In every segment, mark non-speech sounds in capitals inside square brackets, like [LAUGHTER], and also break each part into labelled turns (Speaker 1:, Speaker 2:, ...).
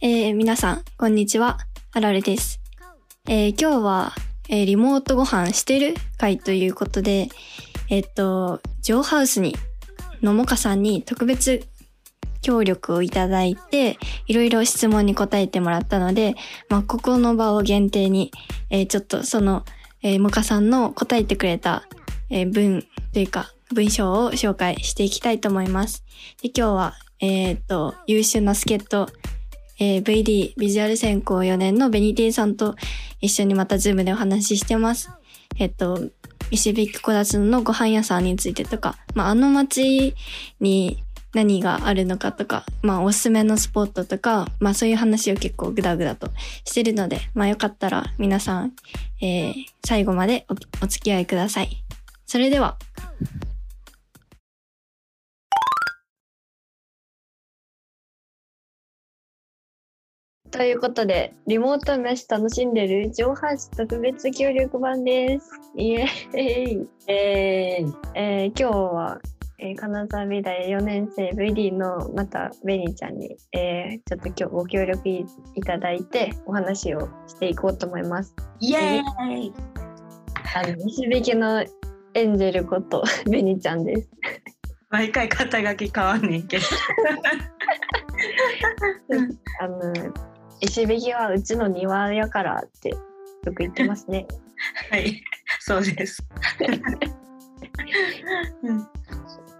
Speaker 1: えー皆さん、こんにちは。あられです。えー今日は、えーリモートご飯してる会ということで、えっと、ジョーハウスに、のもかさんに特別協力をいただいて、いろいろ質問に答えてもらったので、まあ、ここの場を限定に、えーちょっとその、えーもかさんの答えてくれた、えー文というか、文章を紹介していきたいと思います。で今日は、えーっと、優秀な助っ人、えー VD ビジュアル専攻4年のベニティさんと一緒にまたズームでお話ししてます。えっと、石ビック小達のご飯屋さんについてとか、まあ、あの街に何があるのかとか、まあ、おすすめのスポットとか、まあ、そういう話を結構グダグダとしてるので、まあ、よかったら皆さん、えー最後までおお付き合いください。それでは、ということで、リモート飯楽しんでる上半身特別協力版です。イエーイ、
Speaker 2: えー、
Speaker 1: えー今日は、えー金沢美大4年生 VD のまたベニーちゃんに、えーちょっと今日ご協力いいただいてお話をしていこうと思います。
Speaker 2: イエーイあの
Speaker 1: 西引きのエンジェルこと [LAUGHS] ベニーちゃんです。
Speaker 2: 毎回肩書き変わんねん [LAUGHS] けど
Speaker 1: あの石引きはうちの庭やからってよく言ってますね。
Speaker 2: はいそう [LAUGHS] です、うん、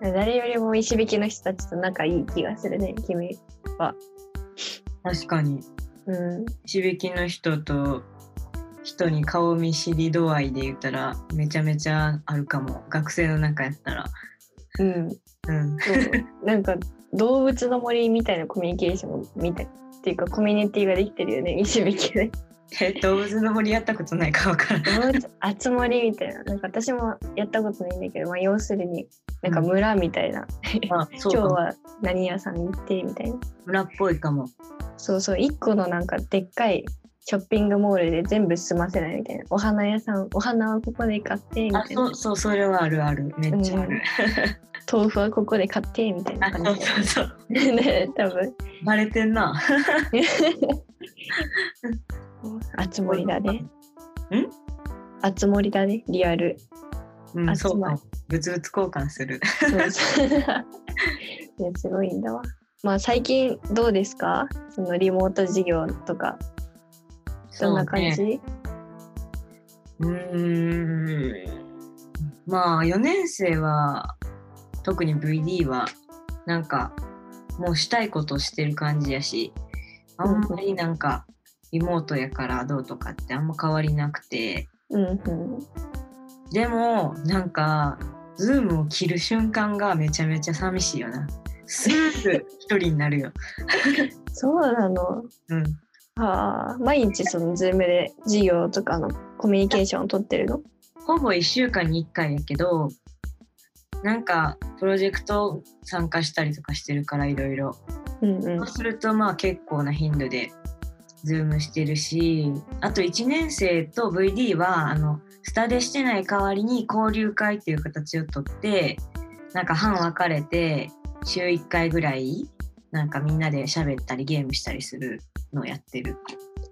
Speaker 1: 誰よりも石引きの人たちと仲いい気がするね、君。
Speaker 2: 確かに
Speaker 1: うん。
Speaker 2: 響きの人と人に顔見知り度合いで言ったらめちゃめちゃあるかも学生の中やったら
Speaker 1: うん。
Speaker 2: うん
Speaker 1: そうなんか動物の森みたいなコミュニケーションみたいっていうかコミュニティができてる
Speaker 2: [LAUGHS]
Speaker 1: よね石引きで
Speaker 2: え動物の森やったことないかわからん
Speaker 1: 動物集まりみたいななんか私もやったことないんだけど、まあ、要するになんか村みたいな、
Speaker 2: あそ
Speaker 1: 今
Speaker 2: う
Speaker 1: 日
Speaker 2: かも
Speaker 1: は何屋さん行ってみたいな
Speaker 2: 村っぽいかも
Speaker 1: そうそう一個のなんかでっかいショッピングモールで全部済ませないみたいなお花屋さんお花はここで買ってみた
Speaker 2: あ
Speaker 1: い
Speaker 2: そ
Speaker 1: な
Speaker 2: うそうそれはあるあるめっちゃある、
Speaker 1: 豆腐はここで買ってみたいな
Speaker 2: あそ
Speaker 1: 感
Speaker 2: う
Speaker 1: じ
Speaker 2: そうそう
Speaker 1: でね多
Speaker 2: [LAUGHS]
Speaker 1: 分
Speaker 2: バレてんな
Speaker 1: 集まりだね
Speaker 2: ん
Speaker 1: 集まりだねリア
Speaker 2: [LAUGHS]
Speaker 1: ル
Speaker 2: うん、
Speaker 1: 集
Speaker 2: そう
Speaker 1: ま
Speaker 2: か
Speaker 1: る
Speaker 2: も。物々交換する。
Speaker 1: そう [LAUGHS] そういやすごいんだわ。まあ最近どうですかそのリモート授業とかどんな感じ
Speaker 2: そうう,、、ーん。まあ、4年生は、特に VD は、なんか、もうしたいことしてる感じやし、あんまりなんか、リモートやからどうとかってあんま変わりなくて、
Speaker 1: んうん、
Speaker 2: でも、なんか、ズームを切る瞬間がめちゃめちゃ寂しいよな。すぐ一人になるよ。
Speaker 1: そうなの。
Speaker 2: うん。
Speaker 1: ああ毎日そのズームで授業とかのコミュニケーションを取ってるの
Speaker 2: ほぼ1週間に1回やけど、なんかプロジェクト参加したりとかしてるからいろいろ。
Speaker 1: うんうん
Speaker 2: そうするとまあ結構な頻度でズームしてるし、あと1年生と VD はあのスタデしてない代わりに交流会っていう形をとって、なんか半分かれて週1回ぐらいなんかみんなで喋ったりゲームしたりするのをやってる。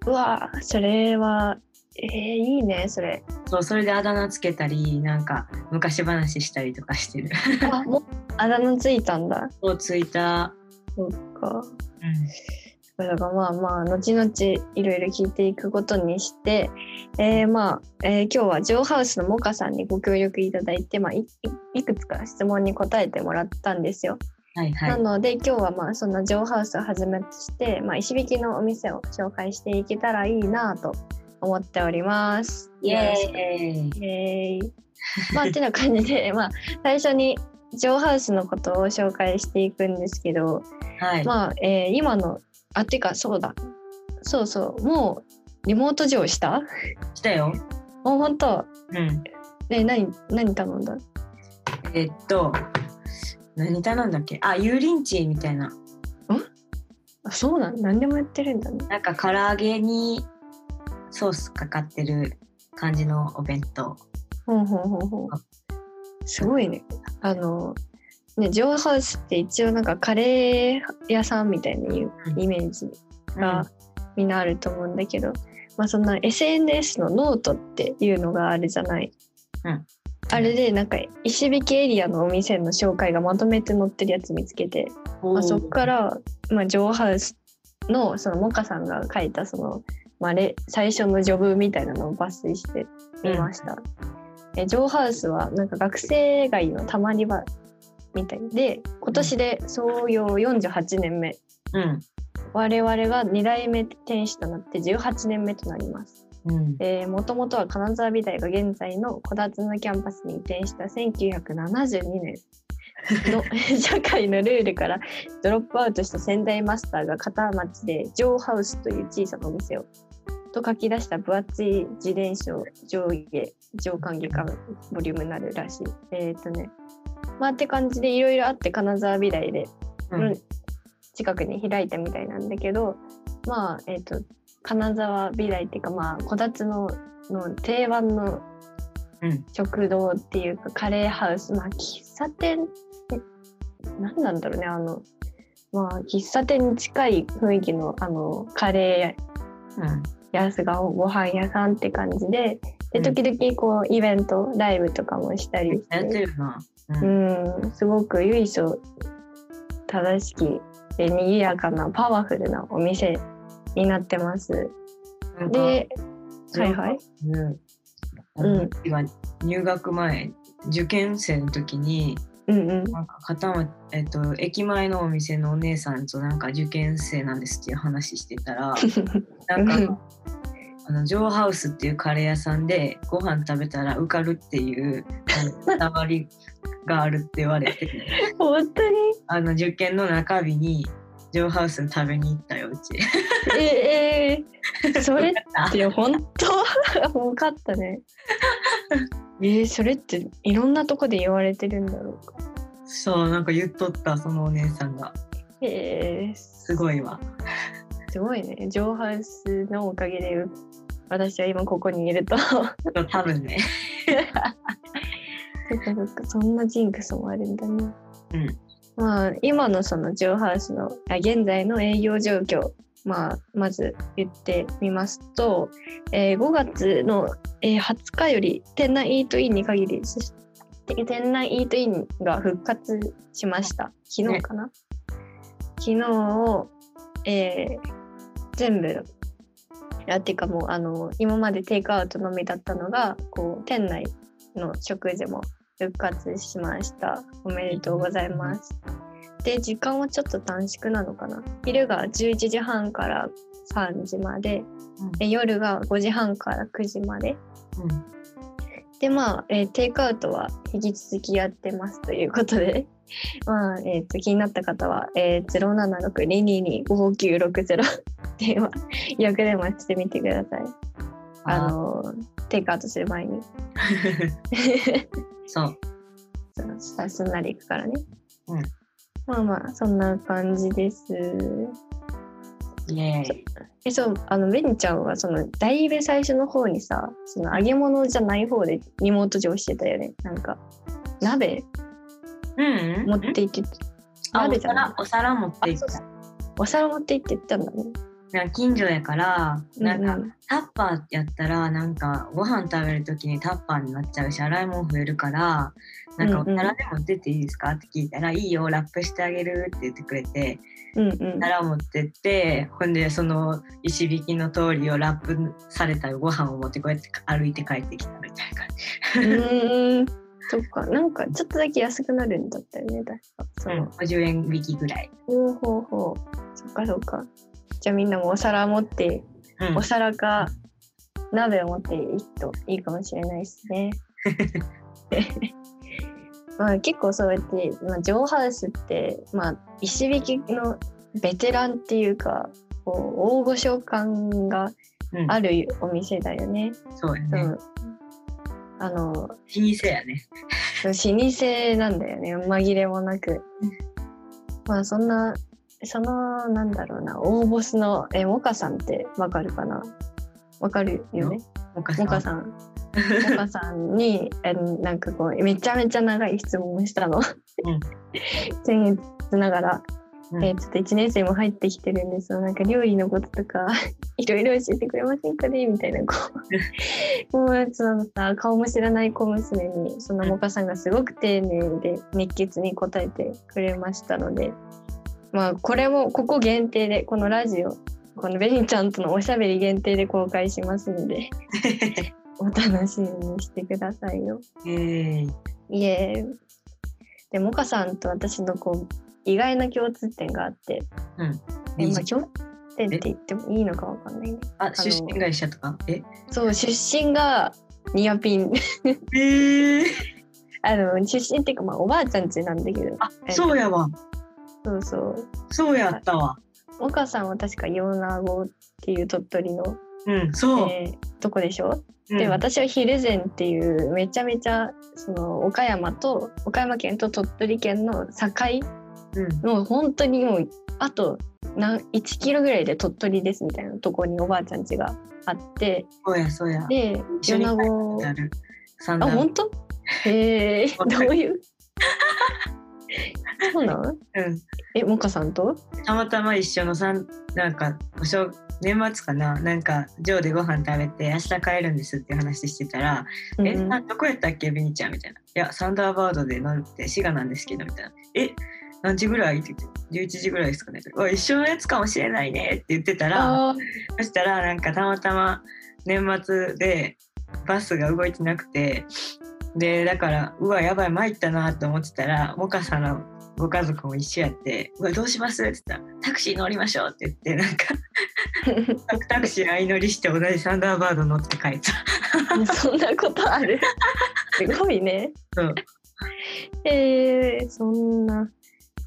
Speaker 1: うわあそれはえー、いいねそれ
Speaker 2: そう、それであだ名つけたり、なんか昔話したりとかしてる。
Speaker 1: あもうあだ名ついたんだ
Speaker 2: そう、ツイッタ
Speaker 1: そっか
Speaker 2: ー。うん
Speaker 1: だからまあまあ後々いろいろ聞いていくことにして、えーまあ、えー今日はジョーハウスのモカさんにご協力いただいて、まあ、いいいくつか質問に答えてもらったんですよ。
Speaker 2: はいは。
Speaker 1: ないので今日はまあそんなジョーハウスをはじめとして、まあ、石引きのお店を紹介していけたらいいなと思っております。
Speaker 2: ーイ。
Speaker 1: イエーイ。まあってな感じで、まあ、最初にジョーハウスのことを紹介していくんですけど、
Speaker 2: はい。
Speaker 1: まあ、えー今のあてかそうだそうそうもうリモート上した
Speaker 2: 来たよ。
Speaker 1: もう本当
Speaker 2: うん。
Speaker 1: ね何何頼んだ
Speaker 2: えっと、何頼んだっけあ、油淋鶏みたいな。
Speaker 1: あそうなん何でもやってるんだね
Speaker 2: なんか唐揚げにソースかかってる感じのお弁当。
Speaker 1: ほんほんほんほん
Speaker 2: あ
Speaker 1: すごいねあのねジョーハウスって一応なんかカレー屋さんみたいなイ
Speaker 2: うん
Speaker 1: イメージがみんなあると思うんだけど、まあそんな SNS のノートっていうのがあるじゃない。
Speaker 2: うん
Speaker 1: あれでなんか石引きエリアのお店の紹介がまとめて載ってるやつ見つけて、まあ、そこから、まあ、ジョーハウスのそのモカさんが書いたその、まあ、レ最初のジョブみたいなのを抜粋してみました。えジョーハウスはなんか学生街のたまり場みたいで今年で創業48年目
Speaker 2: うん
Speaker 1: 我々が2代目店主となって18年目となります。
Speaker 2: うん
Speaker 1: もともとは金沢美大が現在の小立のキャンパスに移転した1972年の [LAUGHS] 社会のルールからドロップアウトした仙台マスターが片町でジョーハウスという小さなお店をと書き出した分厚い自転車上下上官下かボリュームになるらしい。えっ、とねまあって感じでいろいろあって金沢美大で
Speaker 2: うん
Speaker 1: うん近くに開いたみたいなんだけどまあえっ、と金沢美大っていうかまあこたつのの定番の
Speaker 2: うん
Speaker 1: 食堂っていうかカレーハウスまあ喫茶店って何なんだろうねあのまあ喫茶店に近い雰囲気のあのカレー
Speaker 2: うん
Speaker 1: やすがご飯屋さんって感じでで
Speaker 2: うん
Speaker 1: 時々こうイベントライブとかもしたりして
Speaker 2: やってるなう
Speaker 1: うんん、すごく由緒正しきで賑やかなパワフルなお店になってます。
Speaker 2: なんか
Speaker 1: で、はいはい。
Speaker 2: うん
Speaker 1: うん
Speaker 2: 今入学前受験生の時に
Speaker 1: うんうん。
Speaker 2: なんか片まえっと駅前のお店のお姉さんとなんか受験生なんですっていう話してた
Speaker 1: [LAUGHS]
Speaker 2: らなん
Speaker 1: うん
Speaker 2: かあのジョーハウスっていうカレー屋さんでご飯食べたら受かるっていうあの伝わりがあるって言われて
Speaker 1: [LAUGHS] 本当に
Speaker 2: あの受験の中日にジョーハウスに食べに行ったようち。
Speaker 1: ええそれって本当多かったね。えー、それっていろんなとこで言われてるんだろうか。
Speaker 2: [LAUGHS] そうなんか言っとったそのお姉さんが
Speaker 1: えー、
Speaker 2: すごいわ。
Speaker 1: すごいね。上半数のおかげで私は今ここにいると。
Speaker 2: 多分ね。
Speaker 1: そっかそっかそんなジンクスもあるんだね。
Speaker 2: うん
Speaker 1: まあ今のそのジョーハウスのあ現在の営業状況、まあ、まず言ってみますと、えー5月の、えー20日より店内イートインに限りそして店内イートインが復活しました昨日かな、昨日を、えー全部あっていうかもうあの今までテイクアウトのみだったのがこう店内の食事も復活しましたおめでとうございますで時間はちょっと短縮なのかな昼が11時半から3時までで夜が5時半から9時まで
Speaker 2: う
Speaker 1: でまあ、えーテイクアウトは引き続きやってますということで [LAUGHS] まあ、えーと気になった方は、えー、076-222-5960電話役電話してみてくださいあ
Speaker 2: あの
Speaker 1: のーテイクアウトする前に
Speaker 2: [LAUGHS]
Speaker 1: [LAUGHS]
Speaker 2: そう。
Speaker 1: そのさすんなり行くからね、
Speaker 2: うん
Speaker 1: まあまあそんな感じです
Speaker 2: イエーイ。
Speaker 1: えそうあのベニちゃんはそのだいぶ最初の方にさその揚げ物じゃない方でリモート上してたよねなんか鍋
Speaker 2: うん、
Speaker 1: 持って行って
Speaker 2: あ
Speaker 1: あるじゃない
Speaker 2: お皿お皿持って行っ
Speaker 1: あそ
Speaker 2: た。
Speaker 1: お皿持って行って行ったんだね
Speaker 2: なんか近所やから、なんか、
Speaker 1: うんうん
Speaker 2: タッパーやったら、なんかご飯食べるときにタッパーになっちゃうし、洗い物増えるから、なんかお
Speaker 1: うんうん
Speaker 2: 皿でも出ていいですかって聞いたら、いいよ、ラップしてあげるって言ってくれて、
Speaker 1: うんうん
Speaker 2: 皿持ってって、ほんで、その石引きの通りをラップされたご飯を持って、こうやって歩いて帰ってきたみたいな感じ。
Speaker 1: うーんそっかなんかちょっとだけ安くなるんだったよね確かその、
Speaker 2: 50円引きぐらい。
Speaker 1: ほうほうほうそっかそっかじゃあみんなもお皿持って
Speaker 2: うん
Speaker 1: お皿か鍋を持っていくといいかもしれないです
Speaker 2: [LAUGHS]
Speaker 1: ね。まあ結構そうやって、まあ、ジョーハウスって、まあ、石引きのベテランっていうかこう大御所感が
Speaker 2: うん
Speaker 1: あるお店だよね。
Speaker 2: そうや
Speaker 1: そ
Speaker 2: ね。老
Speaker 1: のあの
Speaker 2: 舗やね。
Speaker 1: 老舗なんだよね紛れもなく
Speaker 2: うん。
Speaker 1: まあそんなそのなんだろうな大ボスのえモカさんってわかるかなわかるよね
Speaker 2: お母さ
Speaker 1: モ
Speaker 2: ん。
Speaker 1: カさんモカさんにえなん [LAUGHS] かこうめちゃめちゃ長い質問をしたの。
Speaker 2: うん
Speaker 1: 先月ながら
Speaker 2: うん
Speaker 1: えーちょっと1年生も入ってきてるんですよなんか料理のこととか [LAUGHS] いろいろ教えてくれませんかねみたいなこうもうそのさ顔も知らない小娘にそのもかさんがすごく丁寧で熱血に答えてくれましたのでまあこれもここ限定でこのラジオこのベニちゃんとのおしゃべり限定で公開しますのでお楽しみにしてくださいよ。
Speaker 2: えー、
Speaker 1: いえでもかさんと私のこう意外な共通点があって、
Speaker 2: うん
Speaker 1: え
Speaker 2: いい
Speaker 1: ま
Speaker 2: じ
Speaker 1: あ、共通点って言ってもいいのかわかんないね
Speaker 2: ゃんあ出身会社とかえ
Speaker 1: そう出身がニアピン [LAUGHS]
Speaker 2: えー、
Speaker 1: あの出身っていうか、まあ、おばあちゃん家なんだけど
Speaker 2: あ
Speaker 1: え
Speaker 2: そうやわ
Speaker 1: そうそう
Speaker 2: そうやったわ
Speaker 1: もかさんは確か米子っていう鳥取の、
Speaker 2: うんそう、
Speaker 1: えーとこでしょ、
Speaker 2: うん
Speaker 1: で私は蒜山っていうめちゃめちゃその岡山と岡山県と鳥取県の境
Speaker 2: うん
Speaker 1: もう本当にもうあと何1キロぐらいで鳥取ですみたいなとこにおばあちゃん家があって
Speaker 2: そうやそうや
Speaker 1: で
Speaker 2: 一緒に
Speaker 1: 米
Speaker 2: 帰
Speaker 1: 子
Speaker 2: なる三
Speaker 1: あ
Speaker 2: 段
Speaker 1: 本当へえどういうそうなん
Speaker 2: うん
Speaker 1: えもかさんと
Speaker 2: たまたま一緒の三なんかお正年末かななんか寮でご飯食べて明日帰るんですっていう話してたら「え
Speaker 1: うん
Speaker 2: などこやったっけベニちゃん」みたいな「いやサンダーバードでなんて滋賀なんですけど」みたいな「え何時ぐらい?」って言って「11時ぐらいですかね」って「おい一緒のやつかもしれないね」って言ってたら
Speaker 1: あー
Speaker 2: そしたらなんかたまたま年末でバスが動いてなくてでだからうわやばい参ったなと思ってたらモカさんのご家族も一緒やって「うわどうします?」って言ったら「タクシー乗りましょう」って言ってなんかタクシー相乗りして同じサンダーバード乗って帰った。
Speaker 1: [LAUGHS] そんなことあ
Speaker 2: [LAUGHS]
Speaker 1: るすごいね
Speaker 2: そう
Speaker 1: えー、そんな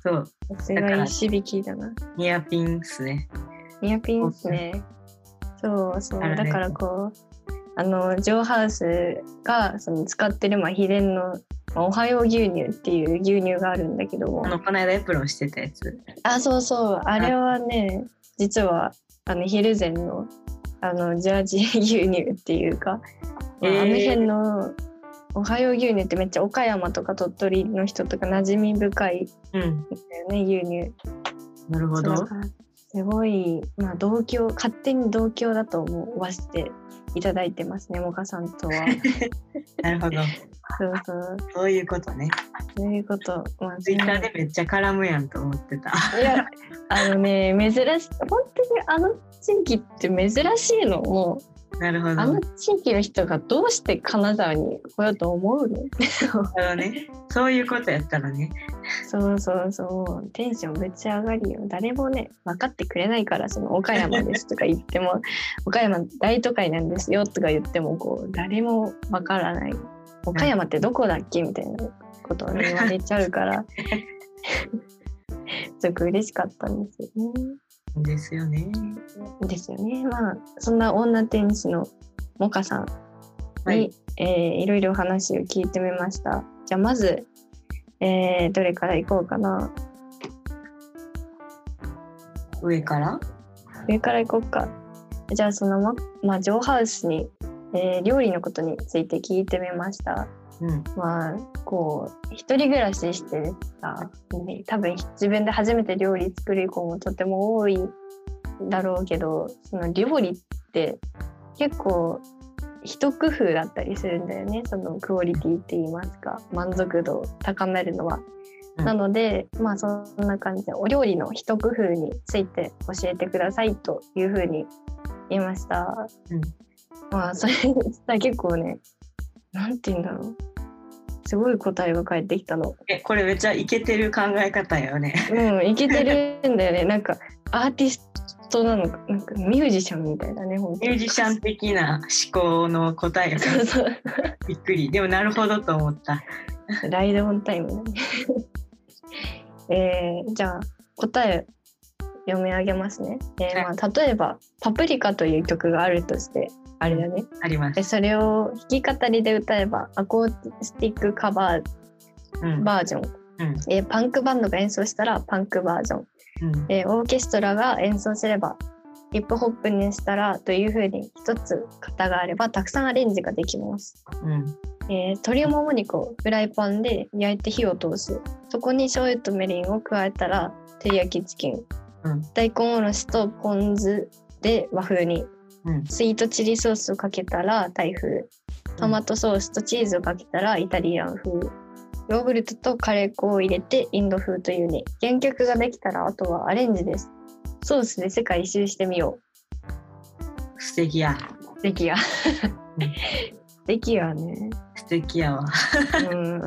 Speaker 2: そう
Speaker 1: さすが石引きだな
Speaker 2: ニアピンっすね。
Speaker 1: ニアピンですね。そうそう。
Speaker 2: あらね
Speaker 1: だからこう、あの、ジョーハウスがその使ってる、まあ、秘伝の、まあ、おはよう牛乳っていう牛乳があるんだけども
Speaker 2: あ、のこの間エプロンしてたやつ。
Speaker 1: あ、そうそう。あれはね、実は、あの、ヒルゼンの、あの、ジャージー牛乳っていうか、まあ
Speaker 2: えー
Speaker 1: あの辺の、おはよう牛乳ってめっちゃ岡山とか鳥取の人とか馴染み深いん
Speaker 2: うん、
Speaker 1: だよね、牛乳。
Speaker 2: なるほど。
Speaker 1: そうなんかすごい、まあ、同居勝手に同居だと思わせていただいてますねもかさん
Speaker 2: [LAUGHS]
Speaker 1: とは
Speaker 2: なるほど。
Speaker 1: そうそう
Speaker 2: そういうことね。
Speaker 1: そういうことまあ
Speaker 2: ツイッターでめっちゃ絡むやんと思ってた。 [LAUGHS]
Speaker 1: いやあのね珍しい本当にあの地域って珍しいのも
Speaker 2: なるほど。
Speaker 1: う
Speaker 2: な
Speaker 1: あ
Speaker 2: る
Speaker 1: の地域の人がどうして金沢に来ようと思うの
Speaker 2: ほどね。そういうことやったらね。
Speaker 1: そうそうそうテンションぶち上がりよ誰もね分かってくれないからその岡山ですとか言っても [LAUGHS] 岡山大都会なんですよとか言ってもこう誰も分からない岡山ってどこだっけみたいなことをね言われちゃうから [LAUGHS] すごく嬉しかったんですよ
Speaker 2: ですよね。
Speaker 1: ね。ですよね。まあそんな女天使のモカさん
Speaker 2: は
Speaker 1: はいい、えーいろいろお話を聞いてみました。じゃあまず、えーどれからいこうかな。
Speaker 2: 上から。
Speaker 1: 上からいこうか。じゃあそのま、まあ、ジョーハウスに、えー料理のことについて聞いてみました。
Speaker 2: うん。
Speaker 1: まあこう一人暮らししてさ、ね多分自分で初めて料理作る子もとても多いだろうけどその料理って結構一工夫だったりするんだよねそのクオリティって言いますか満足度を高めるのは。
Speaker 2: うん
Speaker 1: なのでまあそんな感じでお料理の一工夫について教えてくださいというふうに言いました。
Speaker 2: うん
Speaker 1: まあそれ [LAUGHS] さ結構ねなんて言うんだろうすごい答えが返ってきたの。
Speaker 2: え、これめっちゃイケてる考え方よね。 [LAUGHS]
Speaker 1: うん、いけてるんだよね。なんかアーティストなのか、なんかミュージシャンみたいだね、本当
Speaker 2: ミュージシャン的な思考の答えが
Speaker 1: そうそう。
Speaker 2: びっくり。でもなるほどと思った。
Speaker 1: ライドオンタイムだ [LAUGHS] ね。えーじゃあ答え読み上げますね。えーまあ、例えば「パプリカ」という曲があるとしてあれだね。
Speaker 2: ありま。
Speaker 1: ですそれを弾き語りで歌えばアコースティックカバー
Speaker 2: うん。
Speaker 1: バージョン、
Speaker 2: うん。
Speaker 1: えーパンクバンドが演奏したらパンクバージョン
Speaker 2: うん。
Speaker 1: えーオーケストラが演奏すればヒップホップにしたらというふうに一つ型があればたくさんアレンジができます。
Speaker 2: うん。
Speaker 1: えー鶏もも肉をフライパンで焼いて火を通すそこに醤油とみりんを加えたら照り焼きチキン、
Speaker 2: うん
Speaker 1: 大根おろしとポン酢で和風に
Speaker 2: うん
Speaker 1: スイートチリソースをかけたらタイ風トマトソースとチーズをかけたらイタリアン風ヨーグルトとカレー粉を入れてインド風というね原曲ができたらあとはアレンジですソースで世界一周してみよ
Speaker 2: 素敵や
Speaker 1: う素敵や
Speaker 2: うん
Speaker 1: 素敵やね
Speaker 2: 素敵やわ
Speaker 1: うん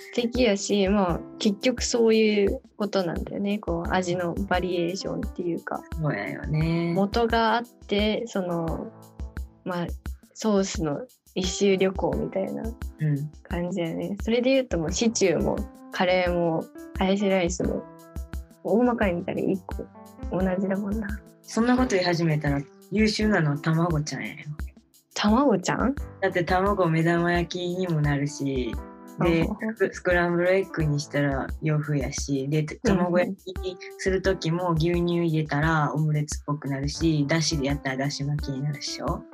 Speaker 1: 素敵やし、まあ、結局そういうことなんだよねこう味のバリエーションっていうか
Speaker 2: そうやよね
Speaker 1: 元があってそのまあソースの一周旅行みたいな
Speaker 2: うん
Speaker 1: 感じやねそれで言うともうシチューもカレーもハヤシライスも大まかに見たら1個同じだもんな
Speaker 2: そんなこと言い始めたら優秀なのは卵ちゃんやよ
Speaker 1: 卵ちゃん
Speaker 2: だって卵目玉焼きにもなるし
Speaker 1: う
Speaker 2: で
Speaker 1: ん
Speaker 2: スクスクランブルエッグにしたら洋風やしで卵焼きにする時も牛乳入れたらオムレツっぽくなるしだしでやったらだし巻きになるでしょ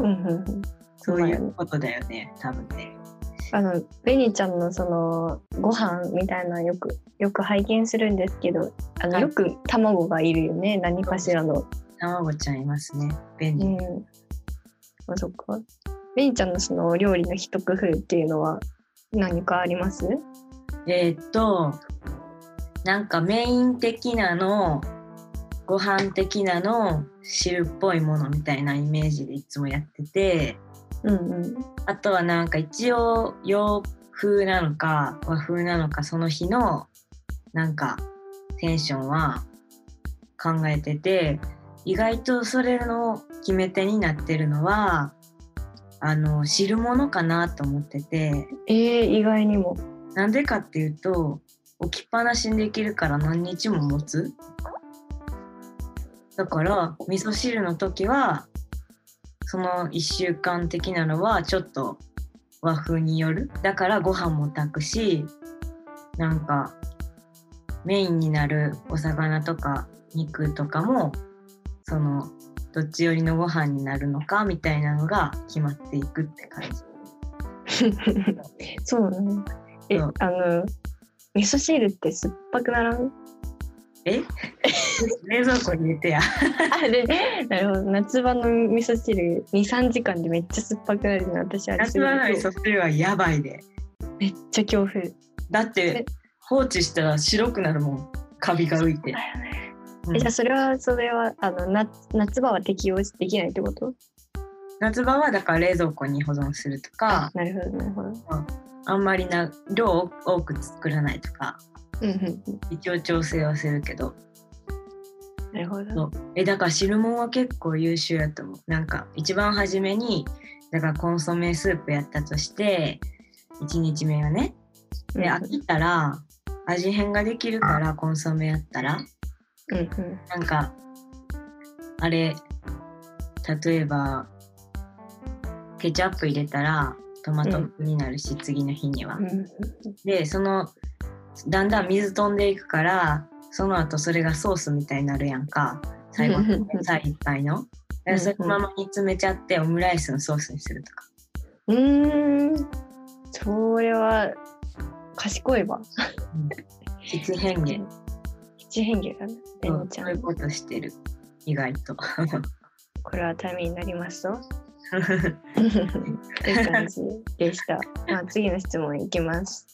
Speaker 1: うんうんうん
Speaker 2: そういうことだよね多分ね
Speaker 1: あのベニちゃんのそのご飯みたいなのよくよく拝見するんですけどあ
Speaker 2: は
Speaker 1: の
Speaker 2: い
Speaker 1: よく卵がいるよね何かしらの
Speaker 2: 卵ちゃんいますね便
Speaker 1: う
Speaker 2: 利、
Speaker 1: んあそっかベニちゃんのそのお料理の一工夫っていうのは何かあります
Speaker 2: えーっとなんかメイン的なのご飯的なの汁っぽいものみたいなイメージでいつもやってて
Speaker 1: うんうん
Speaker 2: あとはなんか一応洋風なのか和風なのかその日のなんかテンションは考えてて意外とそれの決め手になってるのはあの汁物かなと思ってて
Speaker 1: えー、意外にも
Speaker 2: なんでかっていうと置きっぱなしにできるから何日も持つだから味噌汁の時はその1週間的なのはちょっと和風によるだからご飯も炊くしなんかメインになるお魚とか肉とかもそのどっち寄りのご飯になるのかみたいなのが決まっていくって感じ。
Speaker 1: [LAUGHS] そうなの。え、
Speaker 2: うん
Speaker 1: あの、味噌汁って酸っぱくならん
Speaker 2: え冷蔵庫に入れてや。
Speaker 1: あれ、なるほど。夏場の味噌汁、2、3時間でめっちゃ酸っぱくなるの、私あれ
Speaker 2: 夏場の味噌汁はやばいで
Speaker 1: めっちゃ恐怖。
Speaker 2: だって
Speaker 1: え
Speaker 2: 放置したら白くなるもんカビが浮いて、うん
Speaker 1: えじゃあ、それは、それは、あの、夏夏場は適用できないってこと
Speaker 2: 夏場はだから冷蔵庫に保存するとか
Speaker 1: なるほど、なるほど。
Speaker 2: あんまりな量を多く作らないとか
Speaker 1: うんうんう
Speaker 2: 一応調整はするけど
Speaker 1: ん。なるほ
Speaker 2: そ
Speaker 1: ど。
Speaker 2: うえだから汁物は結構優秀やと思うなんか一番初めにだからコンソメスープやったとして1日目はね
Speaker 1: うん
Speaker 2: で飽きたら味変ができるからコンソメやったら
Speaker 1: うんうん。
Speaker 2: なんかあれ例えばケチャップ入れたらトマト風になるし、次の日には。
Speaker 1: うんうん
Speaker 2: でそのだんだん水飛んでいくからその後それがソースみたいになるやんか最後
Speaker 1: うんうん [LAUGHS] うん
Speaker 2: 最いっぱいの。
Speaker 1: うんうん
Speaker 2: そのまま煮詰めちゃってオムライスのソースにするとか。
Speaker 1: うーん。それは、賢いわ。
Speaker 2: 一変化
Speaker 1: 七変化だね。ベ
Speaker 2: そう
Speaker 1: ニちゃ
Speaker 2: そうい
Speaker 1: ん
Speaker 2: う。ことしてる意外と。 [LAUGHS]
Speaker 1: これはためになりますと。という感じでした。まあ、次の質問いきます。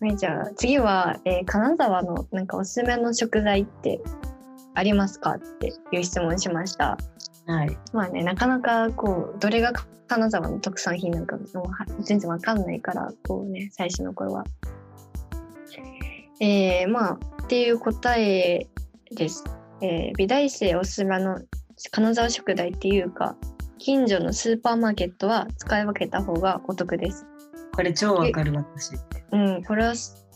Speaker 1: はい、じゃあ次は、えー金沢のなんかおすすめの食材ってありますかっていう質問しました。
Speaker 2: はい、
Speaker 1: まあねなかなかこうどれが金沢の特産品なんかもうは全然わかんないからこうね最初の頃は。えー、まあっていう答えです。えー美大生おすすめの金沢食材っていうか近所のスーパーマーケットは使い分けた方がお得です。
Speaker 2: これ超わかる私。
Speaker 1: うんこれはす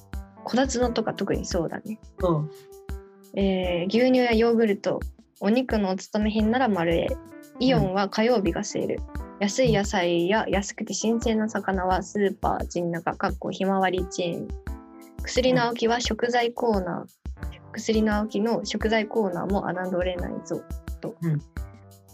Speaker 1: こたつのとか特にそうだね。
Speaker 2: そう
Speaker 1: えー牛乳やヨーグルトお肉のお勤め品なら丸へイオンは火曜日がセール、安い野菜や安くて新鮮な魚はスーパー陣中かっこひまわりチェーン薬の青木は食材コーナー薬の青木の食材コーナーも侮れないぞと、
Speaker 2: うん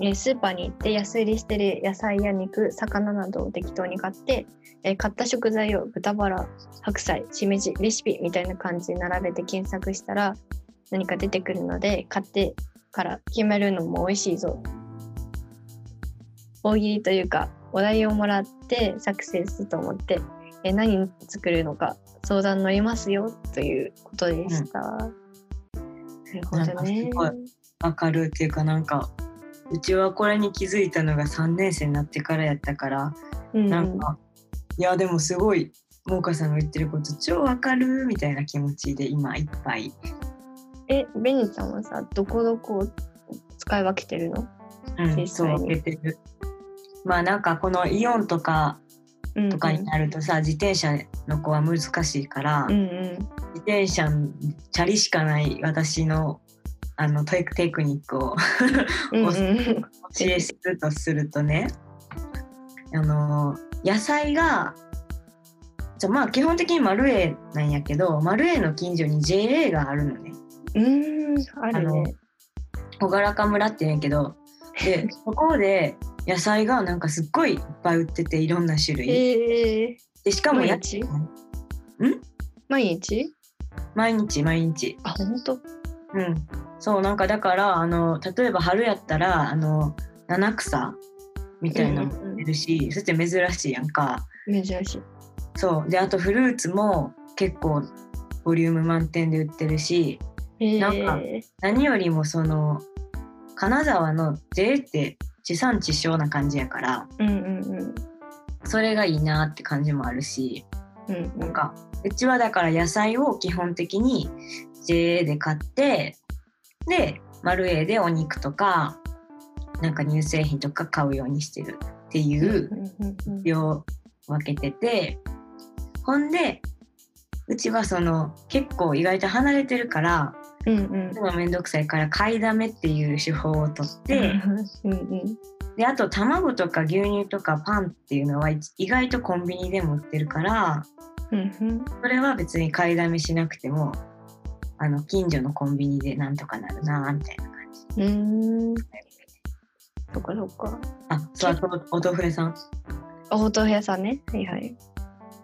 Speaker 1: えースーパーに行って安売りしてる野菜や肉魚などを適当に買って、えー買った食材を豚バラ白菜しめじレシピみたいな感じに並べて検索したら何か出てくるので買ってから決めるのも美味しいぞ大喜利というかお題をもらって作成すると思って、えー何作るのか相談乗りますよということでした。なるほ
Speaker 2: なん
Speaker 1: ど
Speaker 2: かす
Speaker 1: ね。
Speaker 2: ごいわかるっていうかなんかうちはこれに気づいたのが3年生になってからやったから、
Speaker 1: うん
Speaker 2: なんかいやでもすごいもうかさんが言ってること超わかるみたいな気持ちで今いっぱい
Speaker 1: え、ベニちゃんはさ、どこどこを使い分けてるの
Speaker 2: うん、
Speaker 1: 実
Speaker 2: そう
Speaker 1: 際に
Speaker 2: 受けてるまあなんかこのイオンとか
Speaker 1: うんうん
Speaker 2: とかになるとさ、自転車の子は難しいから、
Speaker 1: うん
Speaker 2: 自転車チャリしかない私のあのテクテクニックを
Speaker 1: うん。うんう
Speaker 2: お
Speaker 1: ん
Speaker 2: 教えするとするとねあの野菜がじゃあまあ基本的にマルエなんやけどマルエの近所に JA があるのね
Speaker 1: うん。あるね。
Speaker 2: 朗らか村って言うんやけど
Speaker 1: [LAUGHS]
Speaker 2: でそこで野菜がなんかすっごいいっぱい売ってていろんな種類。
Speaker 1: ええ
Speaker 2: でしかもや
Speaker 1: 毎日
Speaker 2: ん
Speaker 1: 毎日
Speaker 2: 毎日毎日
Speaker 1: あ、ほんと
Speaker 2: うんそうなんかだからあの例えば春やったらあの七草みたいなのも出るし、そして珍しいやんか
Speaker 1: 珍しい。
Speaker 2: そうであとフルーツも結構ボリューム満点で売ってるし
Speaker 1: え
Speaker 2: なんか
Speaker 1: え
Speaker 2: 何よりもその金沢の J って地産地消な感じやから
Speaker 1: うんうんうん。
Speaker 2: それがいいなって感じもあるし
Speaker 1: うんう
Speaker 2: なん
Speaker 1: ん
Speaker 2: かうちはだから野菜を基本的に JA で買ってでマルエイでお肉とかなんか乳製品とか買うようにしてるってい
Speaker 1: うん
Speaker 2: う
Speaker 1: うんうん
Speaker 2: 量を分けててほんでうちはその結構意外と離れてるから
Speaker 1: うんうん
Speaker 2: でも面倒くさいから買いだめっていう手法をとって、
Speaker 1: うんうん
Speaker 2: であと卵とか牛乳とかパンっていうのは意外とコンビニでも売ってるから
Speaker 1: うんうん
Speaker 2: それは別に買いだめしなくてもあの近所のコンビニでなんとかなるなみたいな感じ
Speaker 1: うんそっかそっか
Speaker 2: あそうあとお豆腐屋さん
Speaker 1: あお豆腐屋さんねはいはい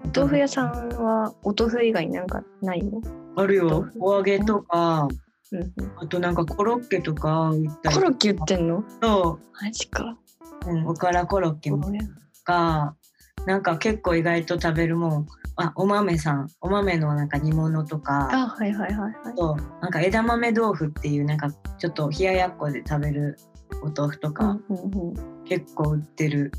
Speaker 1: お豆腐屋さんはお豆腐以外なんかないの
Speaker 2: ある
Speaker 1: お
Speaker 2: よ
Speaker 1: 豆腐
Speaker 2: お揚げとか
Speaker 1: うんうん
Speaker 2: あとなんかコロッケとか売ったり
Speaker 1: コロッケ売ってんの
Speaker 2: と、
Speaker 1: マジか
Speaker 2: うん、おからコロッケとかなんか結構意外と食べるもんあお豆さんお豆のなんか煮物とかあ
Speaker 1: あはいはいはいはい
Speaker 2: となんか枝豆豆腐っていうなんかちょっと冷ややっこで食べるお豆腐と
Speaker 1: う
Speaker 2: か、
Speaker 1: んうんう
Speaker 2: 結構売ってる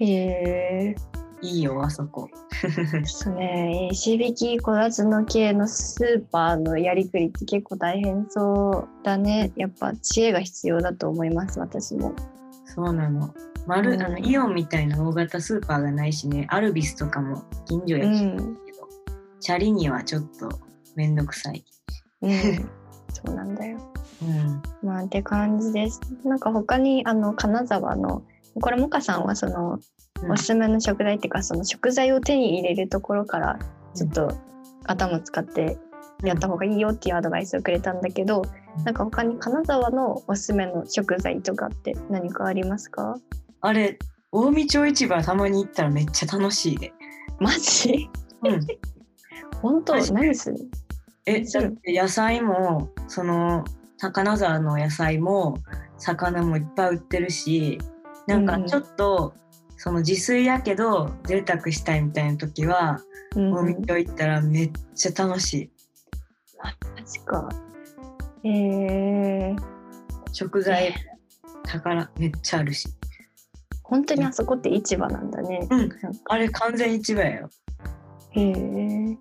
Speaker 1: んへえ
Speaker 2: いいよあそこ
Speaker 1: ですね石引き小立の系のスーパーのやりくりって結構大変そうだねやっぱ知恵が必要だと思います私も
Speaker 2: そうなの。丸、
Speaker 1: うん
Speaker 2: あのイオンみたいな大型スーパーがないしね、アルビスとかも近所
Speaker 1: う
Speaker 2: やし、
Speaker 1: ん
Speaker 2: チャリにはちょっとめんどくさい。
Speaker 1: うんそうなんだよ
Speaker 2: うん。
Speaker 1: まあって感じです。なんか他にあの金沢のこれもかさんはその
Speaker 2: うん
Speaker 1: おすすめの食材っていうかその食材を手に入れるところからちょっと頭使ってやった方がいいよっていうアドバイスをくれたんだけど、
Speaker 2: うん
Speaker 1: なんか他に金沢のおすすめの食材とかって何かありますか？
Speaker 2: あれ、近江町市場たまに行ったらめっちゃ楽しいで。
Speaker 1: マジ？
Speaker 2: うん。
Speaker 1: [LAUGHS] 本当
Speaker 2: マジ
Speaker 1: 何する？
Speaker 2: え、だって野菜も、その、高菜沢の野菜も、魚もいっぱい売ってるし、なんかちょっと、その自炊やけど贅沢したいみたいな時は
Speaker 1: うん
Speaker 2: 近江町行ったらめっちゃ楽しい
Speaker 1: マジか。えー、
Speaker 2: 食材宝めっちゃあるし
Speaker 1: 本当にあそこって市場なんだね。
Speaker 2: うんあれ完全一番よ。
Speaker 1: へえー。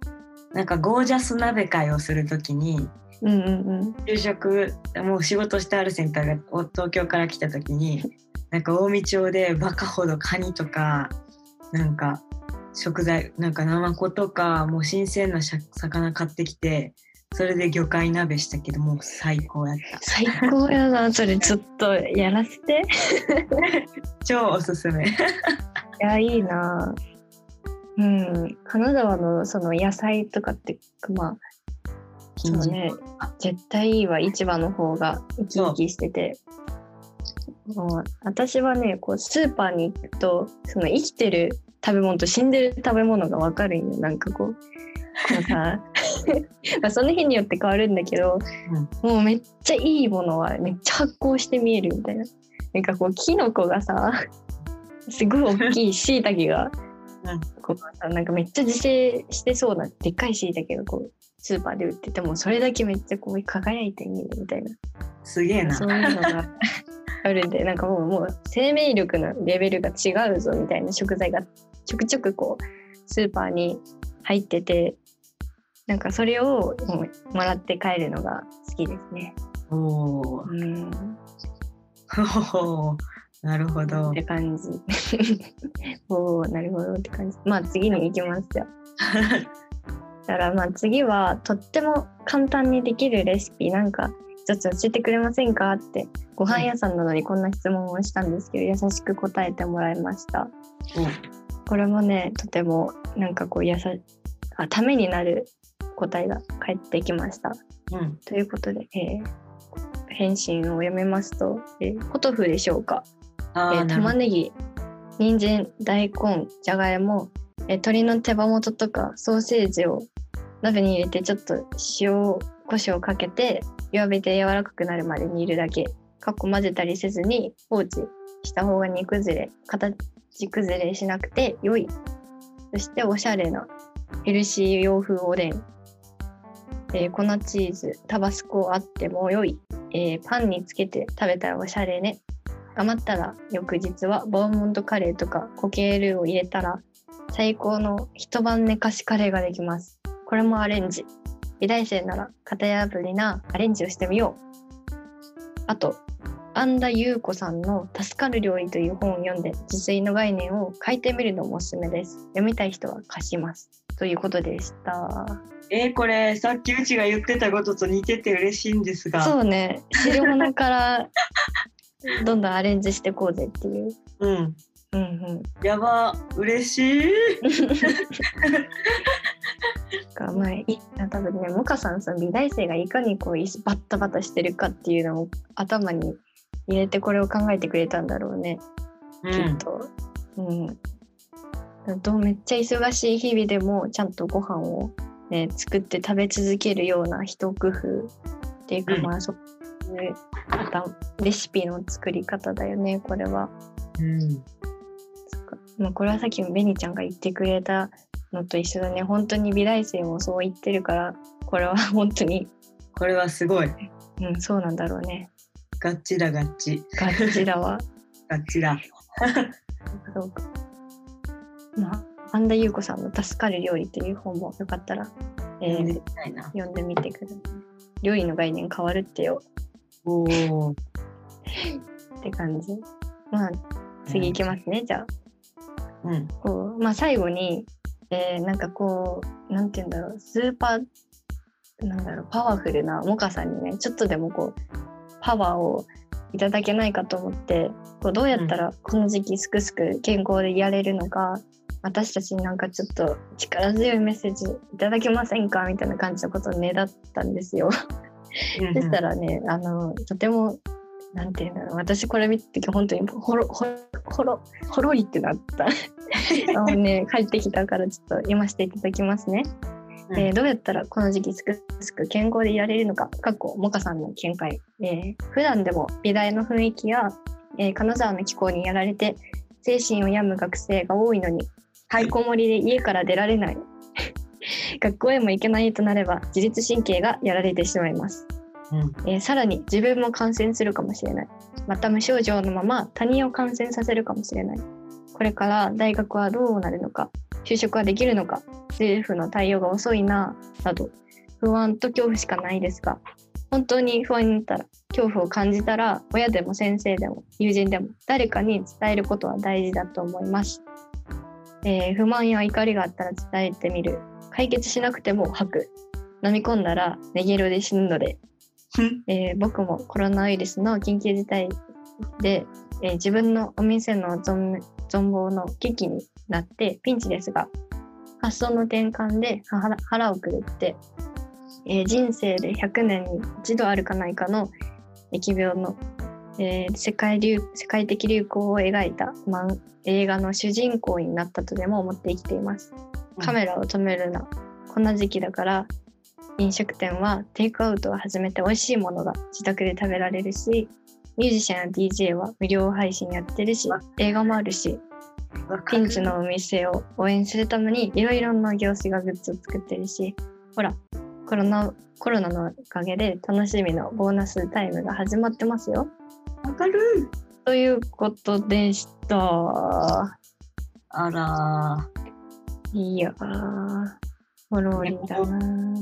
Speaker 2: なんかゴージャス鍋会をするときに
Speaker 1: うんうんうん。
Speaker 2: 昼食もう仕事してある先輩がお東京から来たときになんか近江町でバカほどカニとかなんか食材なんかナマコとかもう新鮮なしゃ魚買ってきてそれで魚介鍋したけどもう最高やった
Speaker 1: 最高やな、それちょっとやらせて。
Speaker 2: 超おすす
Speaker 1: い
Speaker 2: め
Speaker 1: や、いいな。うん、金沢のその野菜とかって、ま
Speaker 2: 近所
Speaker 1: そうねあ、絶対いいわ、市場の方が生き生きしてて。もう私はねこうスーパーに行くとその生きてる食べ物と死んでる食べ物が分かるんよなんかこうこうさ
Speaker 2: [LAUGHS]
Speaker 1: まあその日によって変わるんだけど、もうめっちゃいいものはめっちゃ発酵して見えるみたいななんかこうキノコがさすごい大きいしいたけが、
Speaker 2: うん
Speaker 1: こうさなんかめっちゃ自生してそうなでっかいしいたけがこうスーパーで売っててもそれだけめっちゃこう輝いて見えるみたいな。
Speaker 2: すげえな
Speaker 1: そういうのがあるんでなんかもうもう生命力のレベルが違うぞみたいな食材がちょくちょくこうスーパーに入っててなんかそれをもうもらって帰るのが好きですね。
Speaker 2: おお
Speaker 1: うん
Speaker 2: ー [LAUGHS] なるほど
Speaker 1: って
Speaker 2: [LAUGHS]
Speaker 1: 感じ。 [LAUGHS] おおなるほどって感じ。まあ次に行きますよ。だからまあ次はとっても簡単にできるレシピなんか一つ教えてくれませんかってご飯屋さんなのにこんな質問をしたんですけど優しく答えてもらいました。これもねとてもなんかこう優しあためになる答えが返ってきました。
Speaker 2: おうん
Speaker 1: ということで、えー返信を読みますと、えーポトフでしょうか
Speaker 2: あ
Speaker 1: え
Speaker 2: ー
Speaker 1: ー
Speaker 2: なるほ
Speaker 1: 玉ねぎ人参大根じゃがいも、えー鶏の手羽元とかソーセージを鍋に入れてちょっと塩胡椒をかけて弱火で柔らかくなるまで煮るだけかっこ混ぜたりせずに放置した方が煮崩れ形崩れしなくて良いそしておしゃれなヘルシー洋風おでん、えー粉チーズタバスコあっても良い、えーパンにつけて食べたらおしゃれね余ったら翌日はバーモントカレーとか固形ルーを入れたら最高の一晩寝かしカレーができますこれもアレンジ美大生なら型破りなアレンジをしてみようあと安田裕子さんの「助かる料理」という本を読んで自炊の概念を書いてみるのもおすすめです読みたい人は貸しますということでした
Speaker 2: どえーこれさっきうちが言ってたことと似てて嬉しいんですが
Speaker 1: そうね汁物からどんどんアレンジしてこうぜっていう
Speaker 2: うん
Speaker 1: うんうん
Speaker 2: やば嬉しい
Speaker 1: かまあいいな多分ねモカさんその美大生がいかにこういすバッタバタしてるかっていうのを頭に入れてこれを考えてくれたんだろうね、
Speaker 2: う
Speaker 1: きっ
Speaker 2: ん
Speaker 1: と。うん、だからどうめっちゃ忙しい日々でもちゃんとご飯を、ね、作って食べ続けるような一工夫っていうか、
Speaker 2: うん
Speaker 1: まあそういうまたレシピの作り方だよねこれは。
Speaker 2: うん
Speaker 1: そっかまあ、これはさっきもベニちゃんが言ってくれたのと一緒だね本当に美大生もそう言ってるからこれは [LAUGHS] 本当に、
Speaker 2: これはすごい
Speaker 1: うん、そうなんだろうね
Speaker 2: ガッチだガッチ
Speaker 1: ガチだわ
Speaker 2: ガッチだ
Speaker 1: そうかまあ安田裕子さんの「助かる料理」という本もよかったら、え
Speaker 2: 読ん
Speaker 1: ー
Speaker 2: でみたいな
Speaker 1: 読んでみてください料理の概念変わるってよ
Speaker 2: おお
Speaker 1: って感じまあ次いきますね、じゃあ
Speaker 2: うん
Speaker 1: こう、まあ、最後に、えーなんかこうなんて言うんだろうスーパーなんだろうパワフルなモカさんにねちょっとでもこうパワーをいただけないかと思ってこうどうやったらこの時期すくすく健康でいられるのか、私たちになんかちょっと力強いメッセージいただけませんかみたいな感じのことをねだったんですよ。
Speaker 2: うん
Speaker 1: でしたらね、あのとてもなんていうんだろう私これ見た時本当にほろほろほろほろいってなった
Speaker 2: [LAUGHS]
Speaker 1: あのね帰ってきたからちょっと読ませていただきますね、
Speaker 2: うん
Speaker 1: えーどうやったらこの時期すくすく健康でいられるのかかっこもかさんの見解、えー、普段でも美大の雰囲気や、えー金沢の気候にやられて精神を病む学生が多いのに
Speaker 2: はい
Speaker 1: 引きこもりで家から出られない [LAUGHS] 学校へも行けないとなれば自律神経がやられてしまいます
Speaker 2: うん
Speaker 1: えーさらに自分も感染するかもしれないまた無症状のまま他人を感染させるかもしれないこれから大学はどうなるのか就職はできるのか政府の対応が遅いななど不安と恐怖しかないですが本当に不安になったら恐怖を感じたら親でも先生でも友人でも誰かに伝えることは大事だと思います、えー不満や怒りがあったら伝えてみる解決しなくても吐く飲み込んだらネゲロで死ぬのでえー僕もコロナウイルスの緊急事態で、えー自分のお店の存存亡の危機になってピンチですが発想の転換で腹腹をくるって、えー人生で100年に一度あるかないかの疫病のえー世界流世界的流行を描いた漫映画の主人公になったとでも思って生きています
Speaker 2: うん
Speaker 1: カメラを止めるなこんな時期だから飲食店はテイクアウトを始めて美味しいものが自宅で食べられるしミュージシャンや DJ は無料配信やってるし映画もあるしピンチのお店を応援するためにいろいろな業種がグッズを作ってるしほらコロナコロナのおかげで楽しみのボーナスタイムが始まってますよ。
Speaker 2: わかる
Speaker 1: ということでした。
Speaker 2: あら
Speaker 1: いやー、フォローリーだな。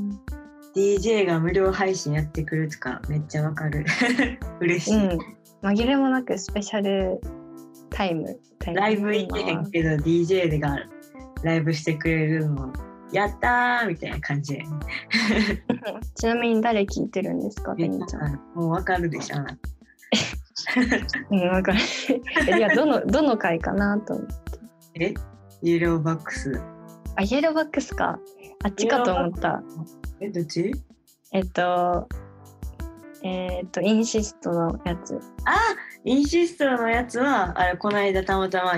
Speaker 2: ー DJ が無料配信やってくるとかめっちゃわかる [LAUGHS] 嬉し
Speaker 1: う
Speaker 2: い、
Speaker 1: ん。紛れもなくスペシャルタイム。タイム
Speaker 2: ライブ行けへんけど DJ がライブしてくれるのやったーみたいな感じ
Speaker 1: ちなみに誰聞いてるんですか、ベニーちゃん。
Speaker 2: もうわかるでしょ
Speaker 1: うん、わかる。 [LAUGHS] えいや、どの、どの回かなと思って。
Speaker 2: えイエローバックス
Speaker 1: あ、イエローバックスか。あっちかと思った。
Speaker 2: えどっち
Speaker 1: えっと、えっと、インシストのやつ。
Speaker 2: あインシストのやつはあれこの間たまたま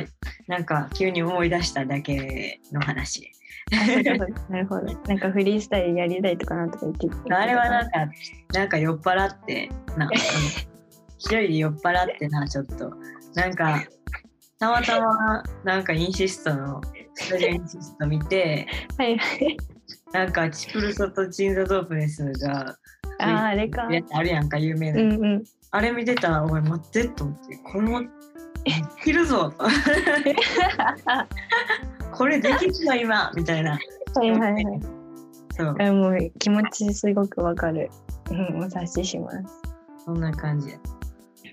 Speaker 2: なんか急に思い出しただけの話
Speaker 1: あそうかそうかなるほど。なんかフリースタイルやりたいとかなんとか言って
Speaker 2: あれはなんかなんか酔っ払ってなあの一人で酔っ払ってなちょっとなんかたまたまなんかインシストのスタジオインシスト見て
Speaker 1: はいはい。
Speaker 2: なんかチプルソとチンザドープネスが
Speaker 1: あーあれか。
Speaker 2: やつあるやんか有名
Speaker 1: う
Speaker 2: な、
Speaker 1: んうん。
Speaker 2: あれ見てたらおい待ってと思ってこれも切
Speaker 1: [LAUGHS]
Speaker 2: るぞこれできるの今みたいな
Speaker 1: はいはいはい。
Speaker 2: そう
Speaker 1: あもう気持ちすごくわかる。うん、お察しします。
Speaker 2: そんな感じ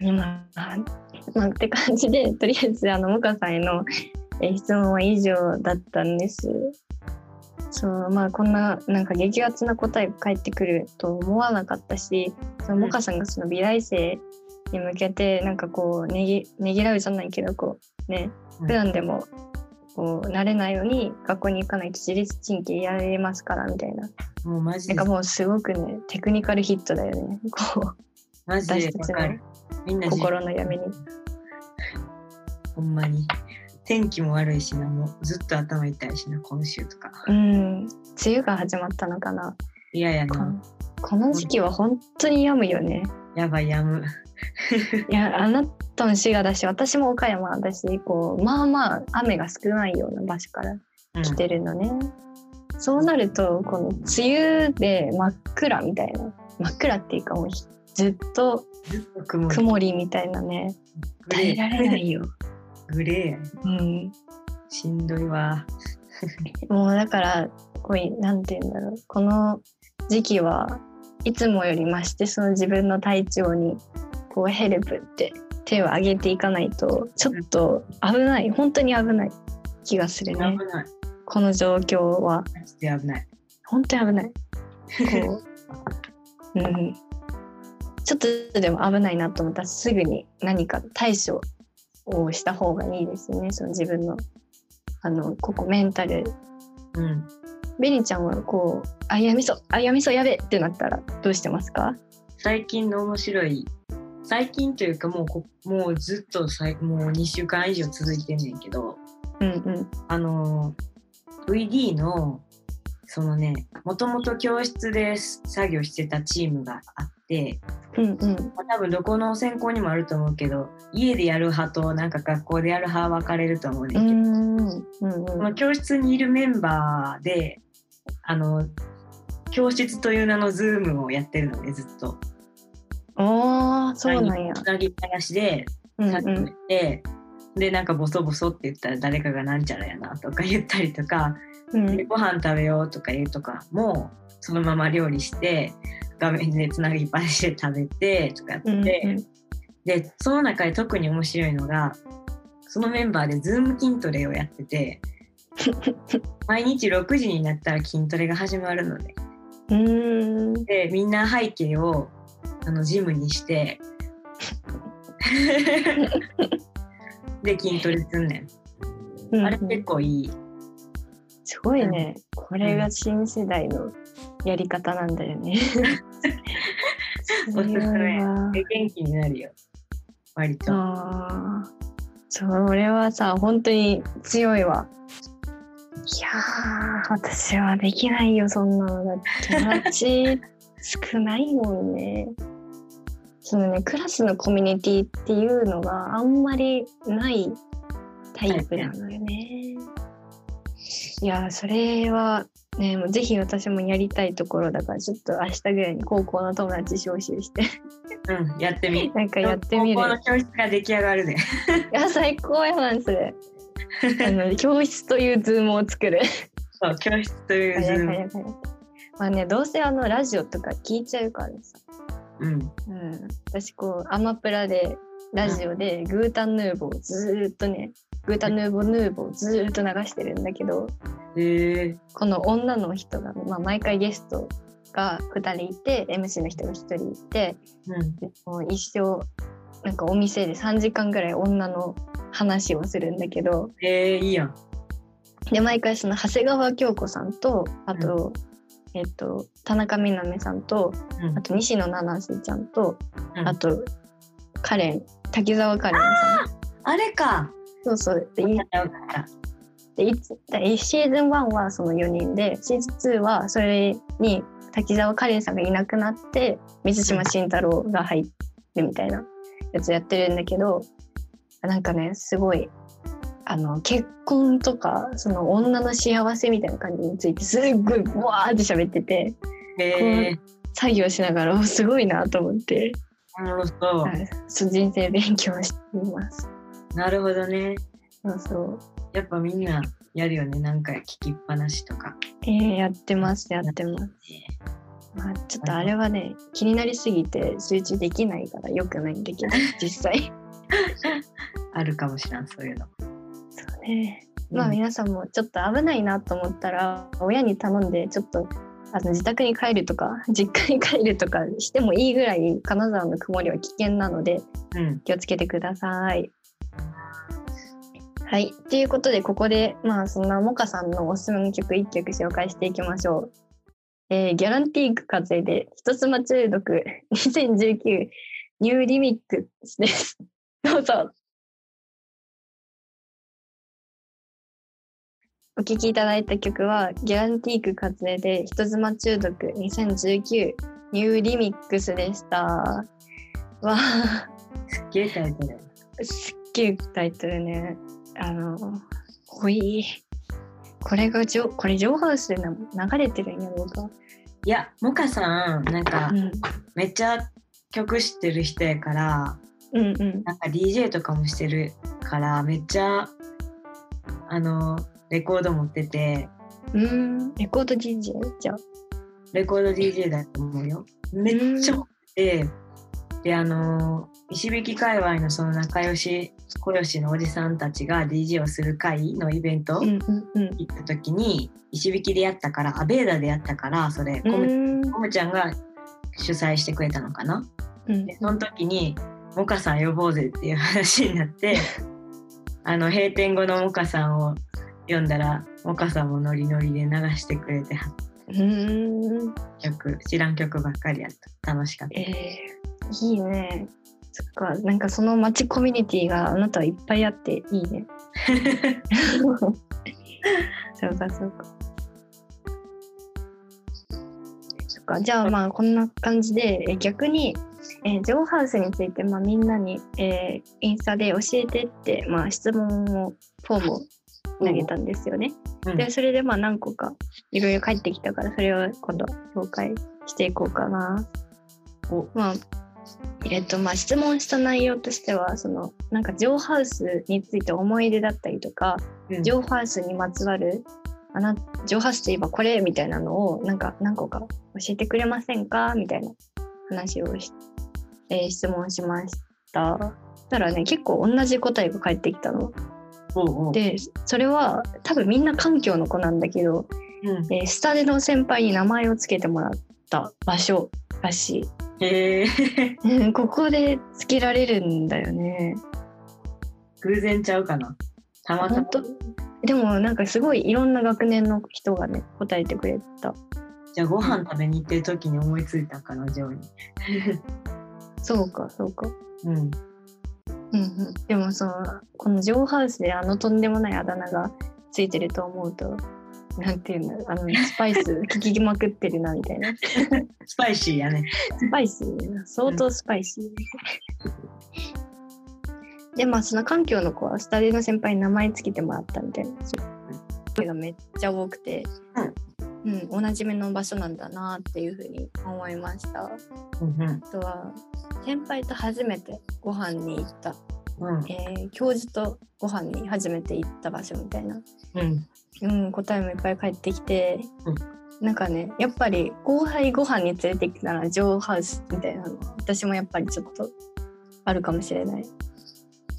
Speaker 1: 今、あまあ、って感じで、とりあえず、あの、もかさんへのえー質問は以上だったんです。そう、まあ、こんな、なんか激アツな答えが返ってくると思わなかったし、その
Speaker 2: うん
Speaker 1: もかさんがその美大生に向けて、なんかこう、ねぎ、ねぎらうじゃないけど、こう、ね、
Speaker 2: うん
Speaker 1: 普段でも、こう、慣れないように学校に行かないと自律神経やられますから、みたいな。
Speaker 2: もうマジ
Speaker 1: な
Speaker 2: で
Speaker 1: んかもうすごくね、テクニカルヒットだよね。こ
Speaker 2: マ
Speaker 1: う、
Speaker 2: ジ
Speaker 1: 私
Speaker 2: で
Speaker 1: た
Speaker 2: わ
Speaker 1: ち
Speaker 2: か
Speaker 1: の
Speaker 2: るみんな自
Speaker 1: 心の闇に。
Speaker 2: ほんまに天気も悪いしなもうずっと頭痛いしな今週とか
Speaker 1: うん、梅雨が始まったのかな。
Speaker 2: 嫌や
Speaker 1: こ
Speaker 2: な
Speaker 1: のこの時期は本当に病むよね。
Speaker 2: やばいやむ
Speaker 1: いや、あなたの滋賀だし、私も岡山だし、こう、まあまあ雨が少ないような場所から
Speaker 2: うん
Speaker 1: 来てるのね。そうなると、この梅雨で真っ暗みたいな。真っ暗っていうかもうひずっと
Speaker 2: ずっと曇り
Speaker 1: 曇りみたいなね。
Speaker 2: グ
Speaker 1: 耐え
Speaker 2: レー
Speaker 1: られないよ。
Speaker 2: グレーや
Speaker 1: うん。
Speaker 2: しんどいわ
Speaker 1: もうだからこういなんて言うんだろうこの時期はいつもより増してその自分の体調にこうヘルプって手を挙げていかないとちょっと危ない本当に危ない気がする
Speaker 2: 危
Speaker 1: ね
Speaker 2: ない
Speaker 1: この状況は
Speaker 2: マジで危ない
Speaker 1: 本当に危ないこう、うん、ちょっとでも危ないなと思ったらすぐに何か対処をした方がいいですねその自分のあのここメンタル
Speaker 2: うん
Speaker 1: ベニちゃんはこう、あやみそ、あやみそやべってなったらどうしてますか
Speaker 2: 最近の面白い最近というかもうこもうずっとさいもう2週間以上続いてんねんけど
Speaker 1: うんうん。
Speaker 2: あの VD のそのねもともと教室で作業してたチームがあって
Speaker 1: うんうん。
Speaker 2: まあ多分どこの専攻にもあると思うけど家でやる派となんか学校でやる派分かれると思うねん
Speaker 1: う
Speaker 2: だけど、
Speaker 1: んうん
Speaker 2: この教室にいるメンバーであの教室という名のズームをやってるのねずっと。
Speaker 1: うん。おー、そうなんや。
Speaker 2: つなぎっぱなしで
Speaker 1: うん
Speaker 2: 作業
Speaker 1: う
Speaker 2: して、でなんかボソボソって言ったら誰かがなんちゃらやなとか言ったりとか、
Speaker 1: ん。う
Speaker 2: で
Speaker 1: ん、
Speaker 2: ご飯食べようとか言うとかもそのまま料理して画面でつなぎっぱなしで食べてとかやって。
Speaker 1: うん
Speaker 2: でその中で特に面白いのがそのメンバーでズーム筋トレをやっ
Speaker 1: [LAUGHS]
Speaker 2: てて毎日6時になったら筋トレが始まるので
Speaker 1: うん。うん
Speaker 2: でみんな背景をあのジムにして
Speaker 1: [LAUGHS]
Speaker 2: で筋トレすんね
Speaker 1: うん
Speaker 2: んあれ結構いい
Speaker 1: すごいね。これが新世代のやり方なんだよね。
Speaker 2: おすすめ
Speaker 1: [LAUGHS] それは
Speaker 2: で元気になるよ割と。
Speaker 1: ああ、それはさ、本当に強いわ。いやー、私はできないよ、そんなの。だって友達少ないもんね。 [LAUGHS] そのね、クラスのコミュニティっていうのがあんまりないタイプなのよね。いやー、それはね、もうぜひ私もやりたいところだから、ちょっと明日ぐらいに高校の友達招集して、 [LAUGHS]
Speaker 2: うん、やってみ。
Speaker 1: なんかやってみる。
Speaker 2: 高校の教室が出来上がるで。
Speaker 1: いや最高やなそれあの教室というズームを作る
Speaker 2: そう、教室とい
Speaker 1: やば
Speaker 2: う
Speaker 1: い
Speaker 2: [LAUGHS] ズ
Speaker 1: やばい
Speaker 2: ーム。
Speaker 1: やばいまあねどうせあのラジオとか聞いちゃうからさ、
Speaker 2: うん。
Speaker 1: うん、私こうアマプラでラジオでグータンヌーボーをずーっとねグータンヌーボーヌーボーをずーっと流してるんだけど
Speaker 2: へえ
Speaker 1: この女の人が、まあ、毎回ゲストが2人いて MC の人が1人いて
Speaker 2: うん。
Speaker 1: でもう一生なんかお店で3時間ぐらい女の話をするんだけど
Speaker 2: ええいいやん。
Speaker 1: で毎回その長谷川京子さんとあと、えっと田中みな実さんと
Speaker 2: うん
Speaker 1: あと西野七瀬ちゃんと、
Speaker 2: うん
Speaker 1: あとカレン滝沢カレンさん
Speaker 2: あれか。
Speaker 1: そうそうで
Speaker 2: よ
Speaker 1: い
Speaker 2: かったよかった。
Speaker 1: でいつでシーズン1はその4人でシーズン2はそれに滝沢カレンさんがいなくなって水島新太郎が入るみたいなやつやってるんだけどなんかねすごいあの結婚とかその女の幸せみたいな感じについてすっごいブワーって喋ってて
Speaker 2: ええ
Speaker 1: 作業しながらおすごいなと思って、
Speaker 2: おもろそう
Speaker 1: は。いそう人生勉強しています。
Speaker 2: なるほどね。
Speaker 1: そうそう
Speaker 2: やっぱみんなやるよね。なんか聞きっぱなしとか。
Speaker 1: えーやってますやってます。まあ、ちょっとあれはね気になりすぎて集中できないからよくないんだけど実 [LAUGHS] 際
Speaker 2: あるかもしらん、そういうの。
Speaker 1: そうねまあ
Speaker 2: うん
Speaker 1: 皆さんもちょっと危ないなと思ったら親に頼んでちょっとあの自宅に帰るとか実家に帰るとかしてもいいぐらい金沢の曇りは危険なので
Speaker 2: うん。
Speaker 1: 気をつけてください。はい。ということで、ここで、まあ、そんなモカさんのおすすめの曲、1曲紹介していきましょう。えーギャランティーク風で、一つ間中毒2019ニューリミックスです。 [LAUGHS] どうぞ。お聴きいただいた曲は、ギャランティーク風で、人妻中毒2019ニューリミックスでした。わあ。
Speaker 2: すっげえタイトル。
Speaker 1: すっげえタイトルね。あの、ほい。これがジョ、これジョーハウスでな流れてるんやろうか。
Speaker 2: いや、モカさん、なんか
Speaker 1: うん。
Speaker 2: めっちゃ曲知ってる人やから、
Speaker 1: うんうん。
Speaker 2: なんか DJ とかもしてるから、めっちゃ、あの、レコード持ってて、
Speaker 1: うん。レコード DJ? じゃあ。
Speaker 2: レコード DJ だと思うよ。めっちゃ持ってて、で、あの、石引き界隈のその仲良し、小良しのおじさんたちが DJ をする会のイベント
Speaker 1: うんうんうん。
Speaker 2: 行った時に、石引きでやったから、あ、ベーダでやったから、それ、コ
Speaker 1: う
Speaker 2: ム
Speaker 1: ん
Speaker 2: コムちゃんが主催してくれたのかな。
Speaker 1: うん
Speaker 2: でその時にモカさん呼ぼうぜっていう話になって
Speaker 1: [LAUGHS]
Speaker 2: あの閉店後のモカさんを読んだらモカさんもノリノリで流してくれては
Speaker 1: うん。
Speaker 2: 曲知らん曲ばっかりやった楽しかっ
Speaker 1: えー、いいね。そっか、なんかその街コミュニティがあなたはいっぱいあっていいね。
Speaker 2: た
Speaker 1: そうかそうか。そっかじゃあまあこんな感じでえ逆に、えージョーハウスについて、まあ、みんなに、えーインスタで教えてって、まあ、質問をフォームを投げたんですよね。
Speaker 2: うん
Speaker 1: でそれでまあ何個かいろいろ返ってきたからそれを今度紹介していこうかな。
Speaker 2: お
Speaker 1: まあえっとまあ、質問した内容としてはそのなんかジョーハウスについて思い出だったりとか、
Speaker 2: うん
Speaker 1: ジョーハウスにまつわるあなジョーハウスといえばこれみたいなのをなんか何個か教えてくれませんかみたいな話をし、えー質問しました。そしたらね結構同じ答えが返ってきたの。
Speaker 2: おうおう
Speaker 1: でそれは多分みんな環境の子なんだけど、
Speaker 2: うん
Speaker 1: えースタデの先輩に名前をつけてもらった場所らし
Speaker 2: へえ
Speaker 1: い、うん、 [LAUGHS] ここでつけられるんだよね
Speaker 2: 偶然ちゃうかなたまた
Speaker 1: 本
Speaker 2: ま
Speaker 1: 当でもなんかすごいいろんな学年の人がね答えてくれた
Speaker 2: じゃあご飯食べに行ってる時に思いついたんかなジョーに
Speaker 1: そうかそうか
Speaker 2: うん
Speaker 1: うんうん、でもそのこのジョーハウスであのとんでもないあだ名がついてると思うとなんていうのあのスパイス [LAUGHS] 効きまくってるなみたいな
Speaker 2: スパイシーやね。
Speaker 1: スパイシーな相当スパイシー、でまあその環境の子はスタディの先輩に名前つけてもらったみたいなそれがめっちゃ多くて、うん同じ目の場所なんだなっていうふうに思いましたあ
Speaker 2: うんうん
Speaker 1: とは先輩と初めてご飯に行った
Speaker 2: うん
Speaker 1: えー教授とご飯に初めて行った場所みたいな、
Speaker 2: うん
Speaker 1: うん、答えもいっぱい返ってきて、
Speaker 2: うん
Speaker 1: なんかねやっぱり後輩ご飯に連れてきたらジョーハウスみたいなの私もやっぱりちょっとあるかもしれない、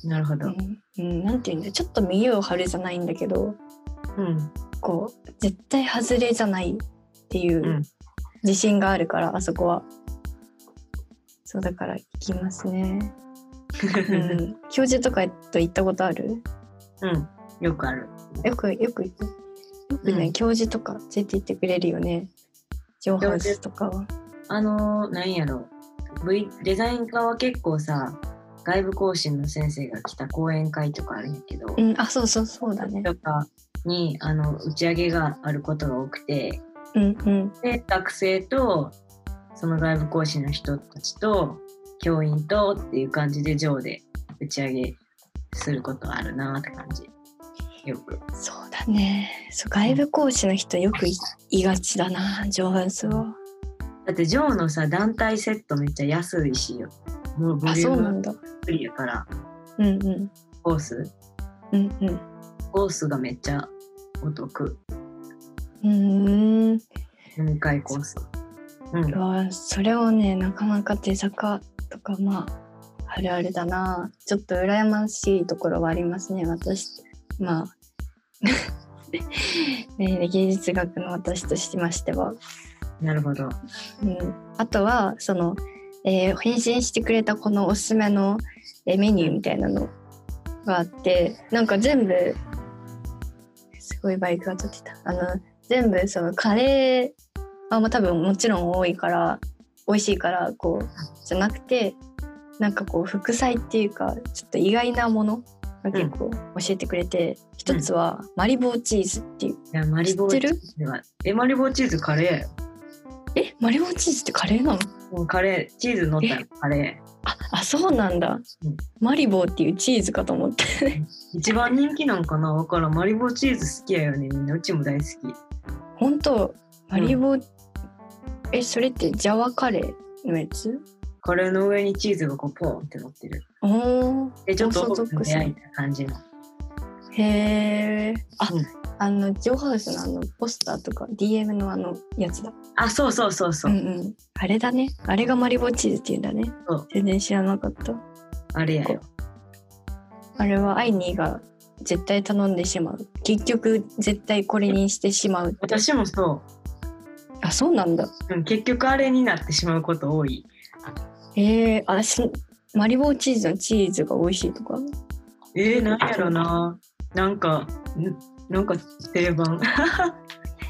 Speaker 2: なるほ
Speaker 1: う
Speaker 2: ど。
Speaker 1: んうん、なんていうんだちょっと見栄を張るじゃないんだけど
Speaker 2: うん
Speaker 1: こう絶対外れじゃないってい
Speaker 2: うん
Speaker 1: う自信があるから、あそこはそうだから行きますね、うん、教授とかと行ったことある
Speaker 2: うんよくある。
Speaker 1: よくよく行く。よくね、
Speaker 2: うん
Speaker 1: 教授とか連れて行ってくれるよね。上半身とかは。
Speaker 2: あのー、なんやろ v デザイン科は結構さ外部講師の先生が来た講演会とかあるんやけど、
Speaker 1: うん、あ、そうそう、そうだね。
Speaker 2: とかにあの打ち上げがあることが多くて
Speaker 1: うんうん。
Speaker 2: で学生とその外部講師の人たちと教員とっていう感じで上で打ち上げすることあるなって感じよく
Speaker 1: そうだね。そう、外部講師の人よくいいがちだな、上半身は。
Speaker 2: だってジョーのさ団体セットめっちゃ安いしよもうボ
Speaker 1: あ、
Speaker 2: リュ
Speaker 1: そ
Speaker 2: ー
Speaker 1: うな
Speaker 2: ム
Speaker 1: んだ。
Speaker 2: フリやから
Speaker 1: うんうん。
Speaker 2: コース
Speaker 1: うんうん。
Speaker 2: コースがめっちゃお得
Speaker 1: うーん。
Speaker 2: 飲み会コースうん
Speaker 1: うわそれをね、なかなか手坂とか、まあ、あるあるだな。ちょっと羨ましいところはありますね、私。まあ。 [LAUGHS] ね、芸術学の私としましては。
Speaker 2: なるほど
Speaker 1: うん、あとはその、えー返信してくれたこのおすすめの、えーメニューみたいなのがあってなんか全部すごいバイクが撮ってたあの全部そのカレーあもう多分もちろん多いから美味しいからこうじゃなくてなんかこう副菜っていうかちょっと意外なものが結構教えてくれて、一つはマリボーチーズっていう
Speaker 2: いやマリボー
Speaker 1: 知
Speaker 2: チ
Speaker 1: ってる
Speaker 2: ーズはえマリボーチーズカレーやよ
Speaker 1: えマリボーチーズってカレーなの
Speaker 2: うんカレーチーズ乗ったらカレー
Speaker 1: ああそうなんだ、
Speaker 2: うん
Speaker 1: マリボーっていうチーズかと思って [LAUGHS]
Speaker 2: 一番人気なんかなわからんマリボーチーズ好きやよねみんなうちも大好き
Speaker 1: 本当マリボー、えそれってジャワカレーのやつ
Speaker 2: カレーの上にチーズがこうポーンって乗ってる
Speaker 1: おー
Speaker 2: でちょっと
Speaker 1: オーソドックス
Speaker 2: 焼いた感じの
Speaker 1: へえあ、
Speaker 2: うん
Speaker 1: あのジョーハウスのあのポスターとか DM のあのやつだ
Speaker 2: あそうそうそうそうう、
Speaker 1: んうんあれだねあれがマリボーチーズっていうんだね
Speaker 2: そう
Speaker 1: 全然知らなかった
Speaker 2: あれやよ
Speaker 1: あれはアイニーが絶対頼んでしまう結局絶対これにしてしまうって
Speaker 2: 私もそ
Speaker 1: あそうなんだ
Speaker 2: う、うん、結局あれになってしまうこと多い
Speaker 1: えー、あしマリボーチーズのチーズが美味しいとか
Speaker 2: えー、なんやろななんかんなんか定番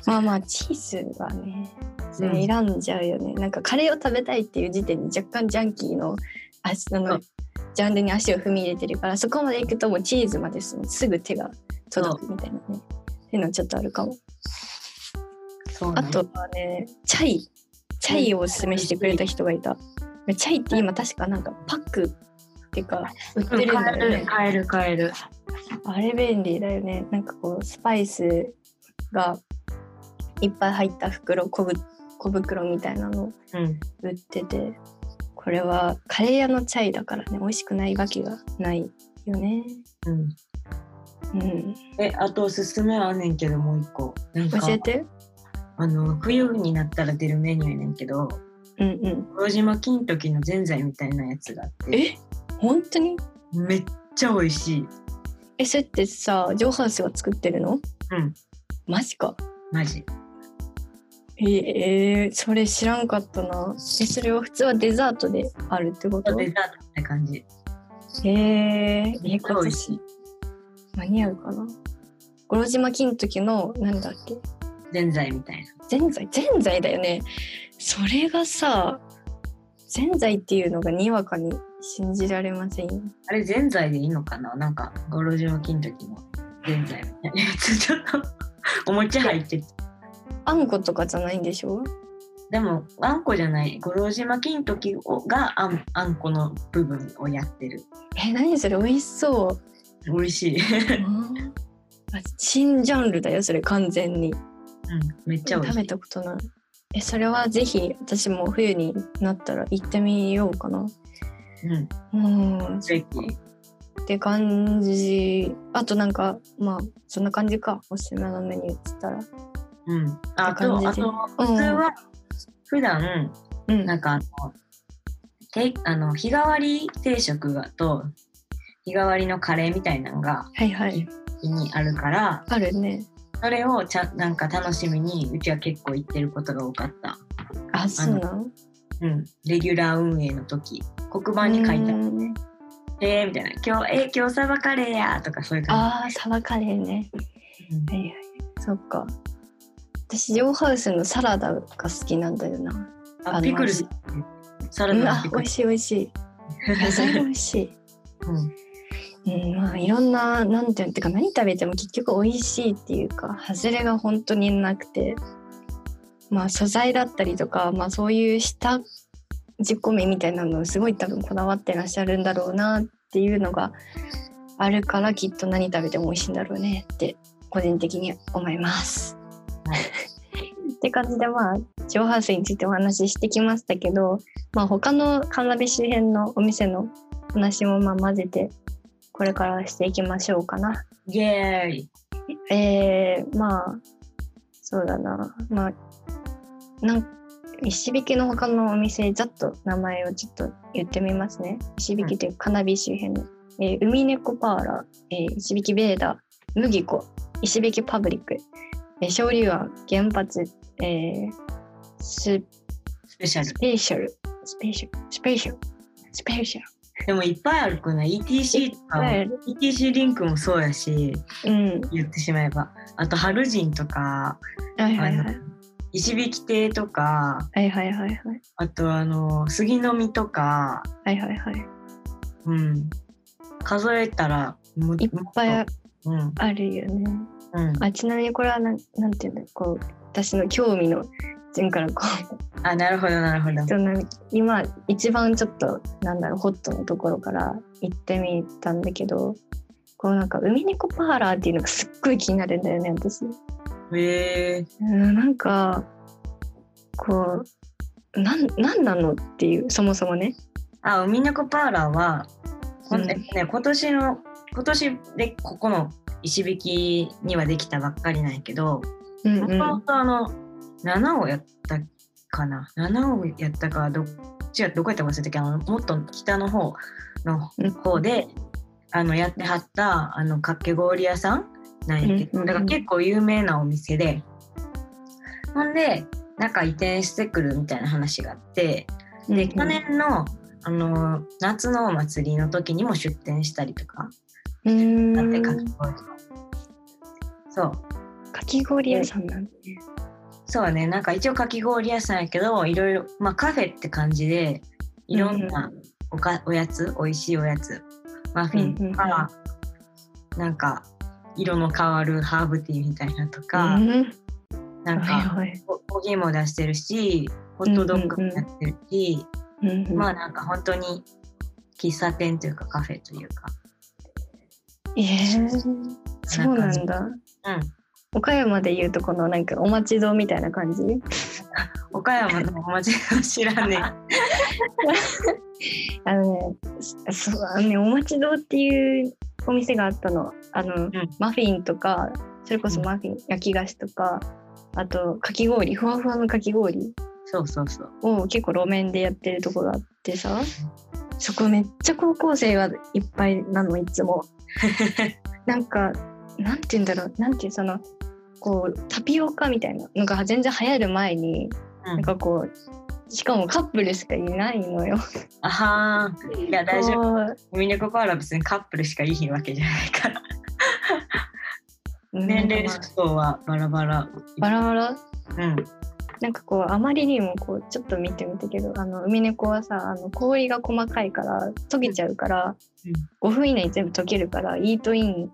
Speaker 1: まあまあチーズはねそれ
Speaker 2: うん
Speaker 1: 選んじゃうよね、なんかカレーを食べたいっていう時点で若干ジャンキーの足あ
Speaker 2: そ
Speaker 1: の
Speaker 2: う
Speaker 1: ジャンルに足を踏み入れてるからそこまで行くともうチーズまですすぐ手が届くみたいなねっていうのはちょっとあるかも、
Speaker 2: そう
Speaker 1: あ
Speaker 2: ね
Speaker 1: とはねチャイチャイをおすすめしてくれた人がいたチャイって今確かなんかパックっていうか売って
Speaker 2: うん
Speaker 1: るんだ
Speaker 2: 買
Speaker 1: よね、
Speaker 2: える買える買える
Speaker 1: あれ便利だよね。なんかこうスパイスがいっぱい入った袋小ぶ小袋みたいなの
Speaker 2: うん
Speaker 1: 売っててこれはカレー屋のチャイだからね美味しくないわけがないよね。
Speaker 2: うん
Speaker 1: うん、
Speaker 2: えあとおすすめはあんねんけどもう一個なん
Speaker 1: 教
Speaker 2: か
Speaker 1: えて。
Speaker 2: あの冬になったら出るメニューやねんけど
Speaker 1: うんうん。
Speaker 2: 黒島金時のぜんざいみたいなやつがあって
Speaker 1: え本当に
Speaker 2: めっちゃ美味しい
Speaker 1: えそれってさ上半身が作ってるの
Speaker 2: うん
Speaker 1: マジか。
Speaker 2: マジ
Speaker 1: ええーそれ知らんかったな。えそれは普通はデザートであるってこと
Speaker 2: デザートって感じ
Speaker 1: へえ
Speaker 2: めっちゃ美味しい
Speaker 1: 間に合うかな五郎島金時のなんだっけ
Speaker 2: ぜんざいみたいな
Speaker 1: ぜんざいぜんざいだよねそれがさぜんざいっていうのがにわかに信じられませんよ。
Speaker 2: あれ、ぜんざいでいいのかななんか、ご老人の金時のぜんざいみたいなやつ、 [LAUGHS] ちょっとお餅入ってて
Speaker 1: あんことかじゃないんでしょ
Speaker 2: でも、あんこじゃない、五郎島金時をがあんあんこの部分をやってる。
Speaker 1: え、何それ美味しそう。
Speaker 2: 美味しい。
Speaker 1: あ [LAUGHS] 新ジャンルだよ、それ完全に。
Speaker 2: うん、めっちゃ美味
Speaker 1: 食
Speaker 2: しい。
Speaker 1: べたことない。え、それはぜひ私も冬になったら行ってみようかな。
Speaker 2: うん、
Speaker 1: うん。っ
Speaker 2: ぜひ。
Speaker 1: て感じ。あとなんか、まあ、そんな感じか。おすすめのメニューっつったら。
Speaker 2: うん。あ
Speaker 1: って感じ
Speaker 2: と、
Speaker 1: で
Speaker 2: あと、普通は、普段、
Speaker 1: うん。
Speaker 2: なんかあの、てあの日替わり定食がと、日替わりのカレーみたいなのが、
Speaker 1: はいはい。
Speaker 2: にあるから、
Speaker 1: あるね。
Speaker 2: それをちゃんなんか楽しみにうちは結構行ってることが多かった、
Speaker 1: あ、そうなの
Speaker 2: うん、レギュラー運営の時黒板に書いてある
Speaker 1: うん
Speaker 2: 「えー」みたいな「今日えー、今日サバカレーや」とかそういう感
Speaker 1: ああ、サバカレーね。
Speaker 2: じ、うん
Speaker 1: はいはい。そっか。私、ジョーハウスのサラダが好きなんだよな。あ
Speaker 2: あ
Speaker 1: の
Speaker 2: ピクルスサラ
Speaker 1: う
Speaker 2: ダ
Speaker 1: わ
Speaker 2: の
Speaker 1: 美
Speaker 2: ピ、クル
Speaker 1: 味
Speaker 2: ス、
Speaker 1: しい美味しい。野菜美味し
Speaker 2: うん、
Speaker 1: い。うん、まあ、いろんな、なんていうのてか、何食べても結局美味しいっていうか、外れが本当になくて。まあ、素材だったりとか、まあ、そういう下仕込みみたいなのをすごい多分こだわってらっしゃるんだろうなっていうのがあるからきっと何食べても美味しいんだろうねって個人的に思います。
Speaker 2: は
Speaker 1: [LAUGHS]
Speaker 2: い
Speaker 1: って感じでまあジョーハウスについてお話ししてきましたけど、まあ、他のカーナビ周辺のお店の話もまあ混ぜてこれからしていきましょうかな。
Speaker 2: イエーイ
Speaker 1: えー、まあそうだなまあなん石引きの他のお店ざっと名前をちょっと言ってみますね石引きというカナビ周辺の、えー海猫パーラ、えー石引きベーダ麦子石引きパブリック、えー昇竜庵原発、えース
Speaker 2: スペシャ
Speaker 1: ス
Speaker 2: ル
Speaker 1: ペシャルスペシャルスペシャルスペシャル
Speaker 2: でもいっぱいあるくない ETC とかも
Speaker 1: いっぱいある
Speaker 2: ETC リンクもそうやし
Speaker 1: うん
Speaker 2: 言ってしまえばあとハルジンとか
Speaker 1: はい
Speaker 2: あ
Speaker 1: はい
Speaker 2: の
Speaker 1: はい
Speaker 2: 石引き亭とか
Speaker 1: はいはいはいはい
Speaker 2: あとあの杉の実とか、
Speaker 1: はいはいはい
Speaker 2: うん、数えたらも
Speaker 1: いっぱい
Speaker 2: もとうん
Speaker 1: あるよね
Speaker 2: うん、
Speaker 1: あちなみにこれはなんなんていうんだこう私の興味の前からこう
Speaker 2: あなるほどなるほど
Speaker 1: そんな今一番ちょっとなんだろうホットのところから行ってみたんだけどこうなんか海猫パーラーっていうのがすっごい気になるんだよね私。
Speaker 2: へえ
Speaker 1: うんなんかこうなんなんなのっていうそもそもね。
Speaker 2: あ海猫パーラーは、ほん
Speaker 1: うん
Speaker 2: えっとね、今年の今年でここの石引きにはできたばっかりなんやけど
Speaker 1: うん
Speaker 2: も
Speaker 1: う
Speaker 2: とも
Speaker 1: ん、
Speaker 2: とあの7をやったかな7をやったかどっちやどこやったか忘れたけどあのもっと北の方の
Speaker 1: うん
Speaker 2: 方で、あのやってはったあのかき氷屋さんなんやけど、
Speaker 1: うんうんうん
Speaker 2: だから結構有名なお店でほんでなんか移転してくるみたいな話があってで去年のあの夏のお祭りの時にも出店したりとか
Speaker 1: うん
Speaker 2: なん
Speaker 1: う
Speaker 2: て
Speaker 1: ん
Speaker 2: かき氷そう
Speaker 1: かき氷屋さんなんだね。
Speaker 2: そうねなんか一応かき氷屋さんやけどいろいろまあカフェって感じでいろんなおかおやつ美味しいおやつマフィンとか、なんか色の変わるハーブティーみたいなとか、
Speaker 1: うん
Speaker 2: なんか
Speaker 1: はいはい
Speaker 2: おコーヒーも出してるしホットドッグもやってるし、
Speaker 1: うんうん
Speaker 2: まあなんか本当に喫茶店というかカフェというか
Speaker 1: えー、そうなんだ。
Speaker 2: うん
Speaker 1: 岡山でいうとこのなんかお待ちどみたいな感じ
Speaker 2: 岡山のお町の知らね
Speaker 1: [LAUGHS]
Speaker 2: え
Speaker 1: あのねそそうあのねお待ちどっていうお店があったのあの、マフィンとかそれこそマフィン、焼き菓子とかあとかき氷ふわふわのかき氷
Speaker 2: そうそうそう
Speaker 1: を結構路面でやってるとこがあってさそこめっちゃ高校生がいっぱいなのいつ
Speaker 2: [LAUGHS]
Speaker 1: もなんかなんて言うんだろうなんていうそのこうタピオカみたいなのが全然流行る前に
Speaker 2: う
Speaker 1: なん
Speaker 2: ん、
Speaker 1: かこうしかもカップルしかいないのよ。
Speaker 2: あはーいや大丈夫
Speaker 1: 夫。
Speaker 2: ミネココアラ別にカップルしかいいわけじゃないから年齢層はバラバラ
Speaker 1: バラバラ
Speaker 2: うん
Speaker 1: なんかこうあまりにもこうちょっと見てみたけどあのウミネコはさあの氷が細かいから溶けちゃうから、5分以内に全部溶けるからイートイン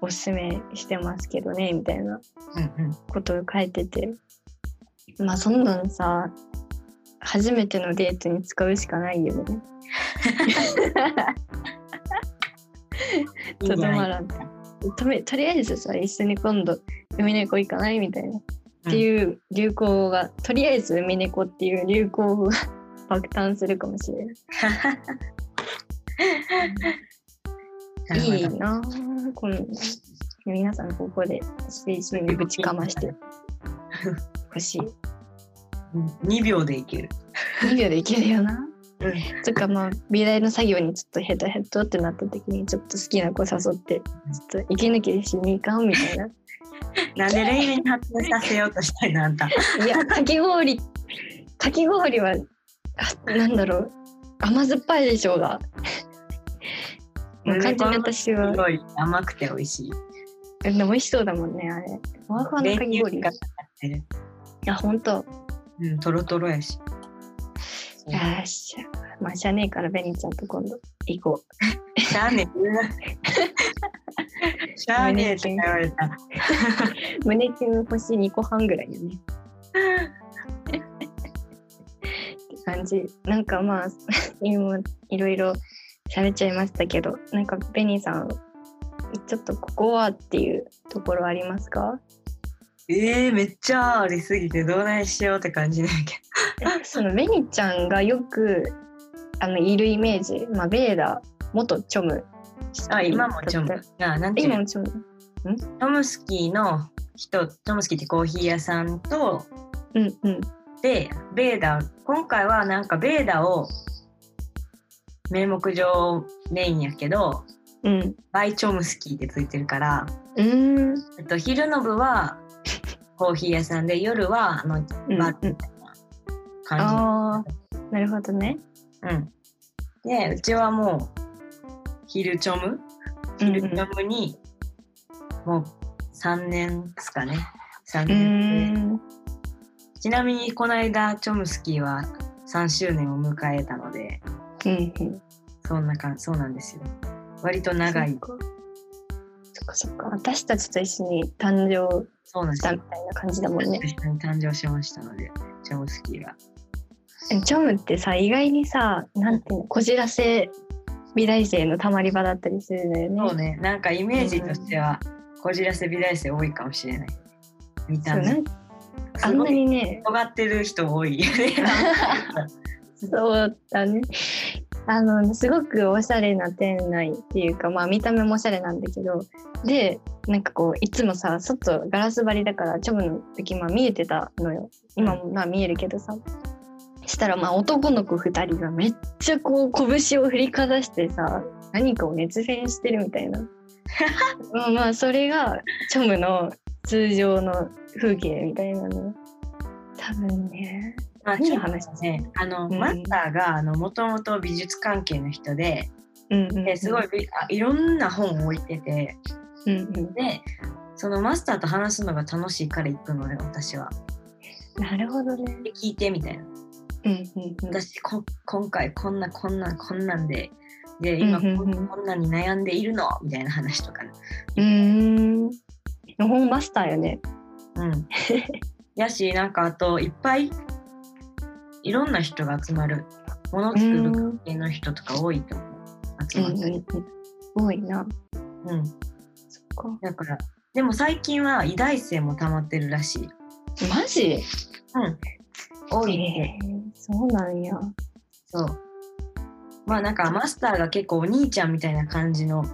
Speaker 1: おすすめしてますけどねみたいな
Speaker 2: うんうん
Speaker 1: ことを書いててまあそんどんさ初めてのデートに使うしかないよね。
Speaker 2: いい
Speaker 1: と
Speaker 2: んじ
Speaker 1: ど
Speaker 2: ゃない
Speaker 1: まらんとめとりあえずさ一緒に今度海猫行かないみたいなっていう流行語が、とりあえず海猫っていう流行語が爆誕するかもしれな。
Speaker 2: ないるほど
Speaker 1: いいなぁこの皆さんここで精神にぶちかましてほしい。
Speaker 2: うん2秒でいける。
Speaker 1: 2秒でいけるよな。
Speaker 2: うん
Speaker 1: とかまあ美大の作業にちょっとヘトヘトってなった時にちょっと好きな子誘ってちょっと息抜きしに行かんみたいな。
Speaker 2: なんでレイメンに発明させようとしたいのあんた。
Speaker 1: いやかき氷かき氷はあなんだろう甘酸っぱいでしょうが。もう完全に私は
Speaker 2: す [LAUGHS] ごい甘くて美味しい。
Speaker 1: でも美味しそうだもんねあれ。ふわふわのかき
Speaker 2: 練乳
Speaker 1: 氷。い
Speaker 2: がかかってる。
Speaker 1: やほんと。
Speaker 2: うん、トロトロやし。
Speaker 1: よっしゃ。まあしゃあねえからベニちゃんと今度行こう。
Speaker 2: シャーネル。シャーネルって言われた。
Speaker 1: [LAUGHS] 胸キュン星2個半ぐらいよね。って感じなんかまあ [LAUGHS] 今いろいろ喋っちゃいましたけどなんかベニーさんちょっとここはっていうところあります
Speaker 2: [LAUGHS]
Speaker 1: か
Speaker 2: えー、めっちゃありすぎてどうないしようって感じだけ
Speaker 1: そのベニーちゃんがよくあのいるイメージ、まあ、ベーダ元チョム
Speaker 2: ど。あ、今もチョム。あ、なんていう
Speaker 1: 今
Speaker 2: の
Speaker 1: もチョム
Speaker 2: トムスキーの人、トムスキーってコーヒー屋さんと、
Speaker 1: うんうん
Speaker 2: で、ベーダ、今回はなんかベーダを名目上メインやけど、
Speaker 1: うん
Speaker 2: バイチョムスキーってついてるから、
Speaker 1: うーん
Speaker 2: えっと、昼の部はコーヒー屋さんで、夜はあの
Speaker 1: うん
Speaker 2: バー
Speaker 1: う
Speaker 2: み
Speaker 1: ん
Speaker 2: たいな感じ。
Speaker 1: あーなるほどね
Speaker 2: うん、でうちはもう昼チョム昼チョムにもう3年ですかね3
Speaker 1: う
Speaker 2: 年
Speaker 1: ーん
Speaker 2: ちなみにこの間チョムスキーは3周年を迎えたので
Speaker 1: うんうん
Speaker 2: そんな感じそうなんですよ割と長
Speaker 1: そっ
Speaker 2: い
Speaker 1: かそっかそっか私たちと一緒に誕生
Speaker 2: そうなんで
Speaker 1: し
Speaker 2: す
Speaker 1: た
Speaker 2: よ
Speaker 1: みたいな感じだもんね。
Speaker 2: 一緒に誕生しましたのでチョムスキーは
Speaker 1: チョムってさ意外にさなんていうのこじらせ美大生のたまり場だったりするのよね。
Speaker 2: そうねなんかイメージとしてはこじらせ美大生多いかもしれない見
Speaker 1: そ
Speaker 2: た
Speaker 1: うな
Speaker 2: 目
Speaker 1: んあんなにね
Speaker 2: 尖ってる人多い
Speaker 1: [LAUGHS]
Speaker 2: よね
Speaker 1: そうだねあのすごくおしゃれな店内っていうかまあ見た目もおしゃれなんだけどでなんかこういつもさ外ガラス張りだからチョムの時まあ見えてたのよ今もまあ見えるけどさしたらまあ男の子2人がめっちゃこう拳を振りかざしてさ何かを熱弁してるみたい
Speaker 2: [LAUGHS]
Speaker 1: なまあまあそれがチョムの通常の風景みたいなの多分ね
Speaker 2: まあ
Speaker 1: 何の話です
Speaker 2: ね、あの、
Speaker 1: うん
Speaker 2: マスターがあのもともと美術関係の人で
Speaker 1: うんうんうん
Speaker 2: ですごいびあいろんな本を置いてて
Speaker 1: うんうん
Speaker 2: でそのマスターと話すのが楽しいから行くのよ私は。
Speaker 1: なるほどね。
Speaker 2: で聞いてみたいな
Speaker 1: うんうんうん
Speaker 2: 私こ今回こんなこんなんこんなんでで今
Speaker 1: うんうんうん
Speaker 2: こんなんに悩んでいるのみたいな話とか、ね、
Speaker 1: うーん。日本マスターよね。 [LAUGHS]
Speaker 2: うん。やしなんかあといっぱいいろんな人が集まるもの
Speaker 1: う
Speaker 2: 作
Speaker 1: ん。う
Speaker 2: る
Speaker 1: ん
Speaker 2: 系の人とか多いと思う集
Speaker 1: う
Speaker 2: まっ
Speaker 1: ん
Speaker 2: たり。
Speaker 1: うん。多いな。
Speaker 2: うん
Speaker 1: そっか。
Speaker 2: だから、でも最近は医大生も溜まってるらしい。
Speaker 1: マジ？
Speaker 2: うん。多いね。
Speaker 1: えーそうなんや。
Speaker 2: そう。まあなんかマスターが結構お兄ちゃんみたいな感じの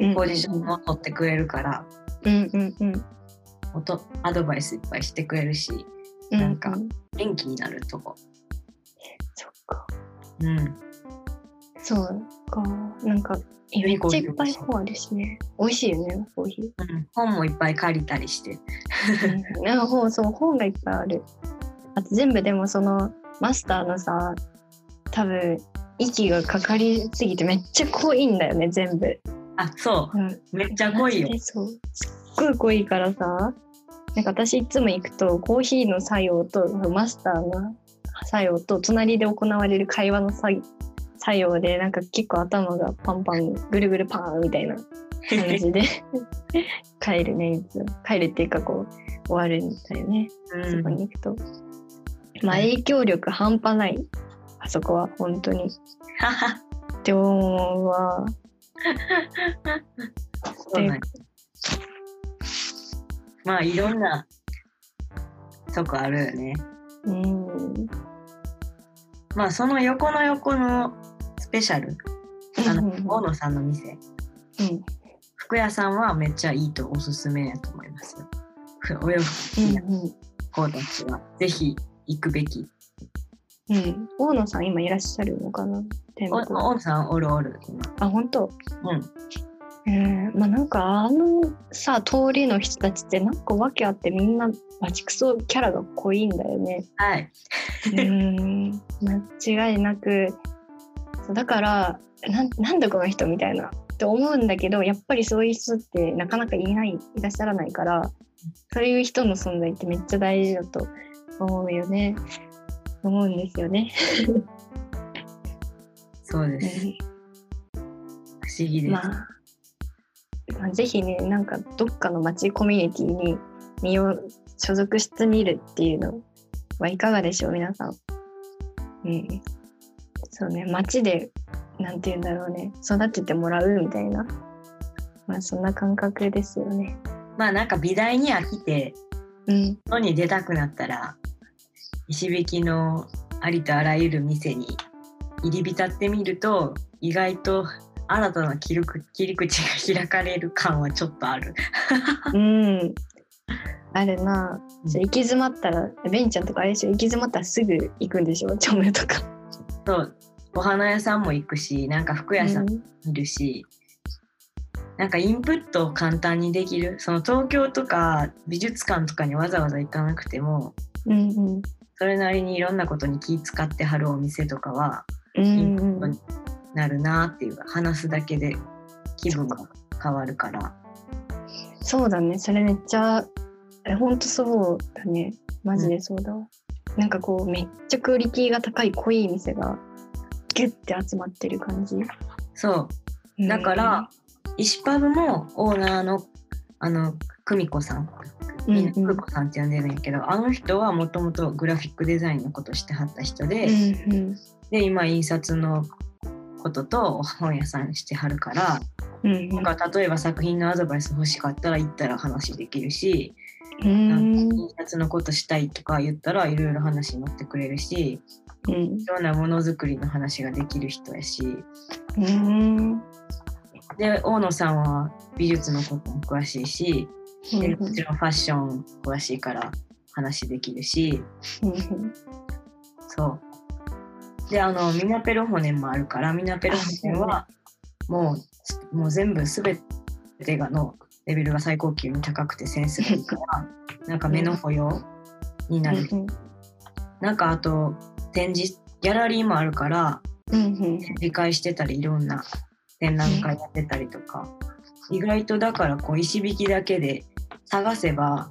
Speaker 1: うん
Speaker 2: ポジションを取ってくれるから、
Speaker 1: うんうんうん。
Speaker 2: おとアドバイスいっぱいしてくれるし、
Speaker 1: う
Speaker 2: なんか
Speaker 1: う
Speaker 2: 元気になるとこ。
Speaker 1: そっか。
Speaker 2: うん。
Speaker 1: そうか。なんかえめっちゃいっぱい本あるしね。美味しいよねコーヒー。
Speaker 2: うん、本もいっぱい借りたりして。
Speaker 1: うんなんか本そう本がいっぱいある。あと全部でもそのマスターのさ多分息がかかりすぎてめっちゃ濃いんだよね全部。
Speaker 2: あ、そ
Speaker 1: うん
Speaker 2: う。めっちゃ濃いよ
Speaker 1: マジ。でそうすっごい濃いからさなんか私いつも行くとコーヒーの作用とマスターの作用と隣で行われる会話の作作用でなんか結構頭がパンパンぐるぐるパーンみたいな感じ
Speaker 2: [LAUGHS]
Speaker 1: で帰るねいつも帰るっていうかこう終わるんだよね、
Speaker 2: う
Speaker 1: そこ
Speaker 2: ん
Speaker 1: に行くと。まあ影響力半端ないあそこは本当に。
Speaker 2: [LAUGHS]
Speaker 1: って思うわ。
Speaker 2: そうなんですまあいろんなとこあるよね。
Speaker 1: うん
Speaker 2: まあその横の横のスペシャル、あの
Speaker 1: うん
Speaker 2: 大野さんの店、
Speaker 1: うん
Speaker 2: 服屋さんはめっちゃいいとおすすめやと思いますよ。ふお
Speaker 1: う
Speaker 2: 洋服好き
Speaker 1: ん
Speaker 2: な
Speaker 1: うん
Speaker 2: 子たちはぜひ行くべき。
Speaker 1: うん、大野さん今いらっしゃるのかな店
Speaker 2: お
Speaker 1: 舗
Speaker 2: 大野さんおるおる今。
Speaker 1: あ本当
Speaker 2: うん。
Speaker 1: えー、まあなんかあのさ通りの人たちってなんか訳あってみんなバチクソキャラが濃いんだよね
Speaker 2: はい。
Speaker 1: うん間違いなくそうだからなんなんだこの人みたいなって思うんだけどやっぱりそういう人ってなかなかいないいらっしゃらないからそういう人の存在ってめっちゃ大事だと思うよね思うんですよね、
Speaker 2: そうで
Speaker 1: う
Speaker 2: す。
Speaker 1: ん
Speaker 2: 不思議です。
Speaker 1: まあ、まあ、ぜひねなんかどっかの町コミュニティに身を所属してみるっていうのはいかがでしょう皆さん。うん、そうね町でなんて言うんだろうね育ててもらうみたいな、まあ、そんな感覚ですよね。
Speaker 2: まあなんか美大に飽きて
Speaker 1: うん、
Speaker 2: 外に出たくなったら石引きのありとあらゆる店に入り浸ってみると意外と新たな切り口切り口が開かれる感はちょっとある。
Speaker 1: うん、あるな
Speaker 2: う。ん
Speaker 1: そう行き詰まったらベンちゃんとかあれでしょ行き詰まったらすぐ行くんでしょチョムとか。
Speaker 2: そうお花屋さんも行くしなんか服屋さんもいるし、なんかインプットを簡単にできるその東京とか美術館とかにわざわざ行かなくても
Speaker 1: うんうん
Speaker 2: それなりにいろんなことに気使ってはるお店とかは
Speaker 1: う
Speaker 2: インプ
Speaker 1: ん
Speaker 2: ッ
Speaker 1: う
Speaker 2: ト
Speaker 1: ん
Speaker 2: になるなっていう話すだけで気分が変わるから
Speaker 1: そうだね、それめっちゃ、えほんとそうだね、マジでそうだわ。なんかこう、めっちゃクオリティが高い濃い店が、ギュッて集まってる感じ。
Speaker 2: そううんだから、、石パブもオーナーのあの久美子さん
Speaker 1: うん
Speaker 2: みんな久美子さんって呼んでるんやけどあの人はもともとグラフィックデザインのことしてはった人で、
Speaker 1: うんうん
Speaker 2: で今印刷のことと本屋さんしてはるから、
Speaker 1: うん
Speaker 2: なんか例えば作品のアドバイス欲しかったら行ったら話できるし、
Speaker 1: う
Speaker 2: なんか
Speaker 1: ん
Speaker 2: 印刷のことしたいとか言ったらいろいろ話に乗ってくれるし、
Speaker 1: うん
Speaker 2: いろんなものづくりの話ができる人やし
Speaker 1: うん
Speaker 2: で大野さんは美術のことも詳しいしでもちろんファッション詳しいから話できるしそうであのミナペロホネもあるからミナペロホネはもうもう全部全てがのレベルが最高級に高くてセンスがいいからなんか目の保養になる、なんかあと展示ギャラリーもあるから理解してたりいろんな展覧会やってたりとか、意外とだからこう石引きだけで探せば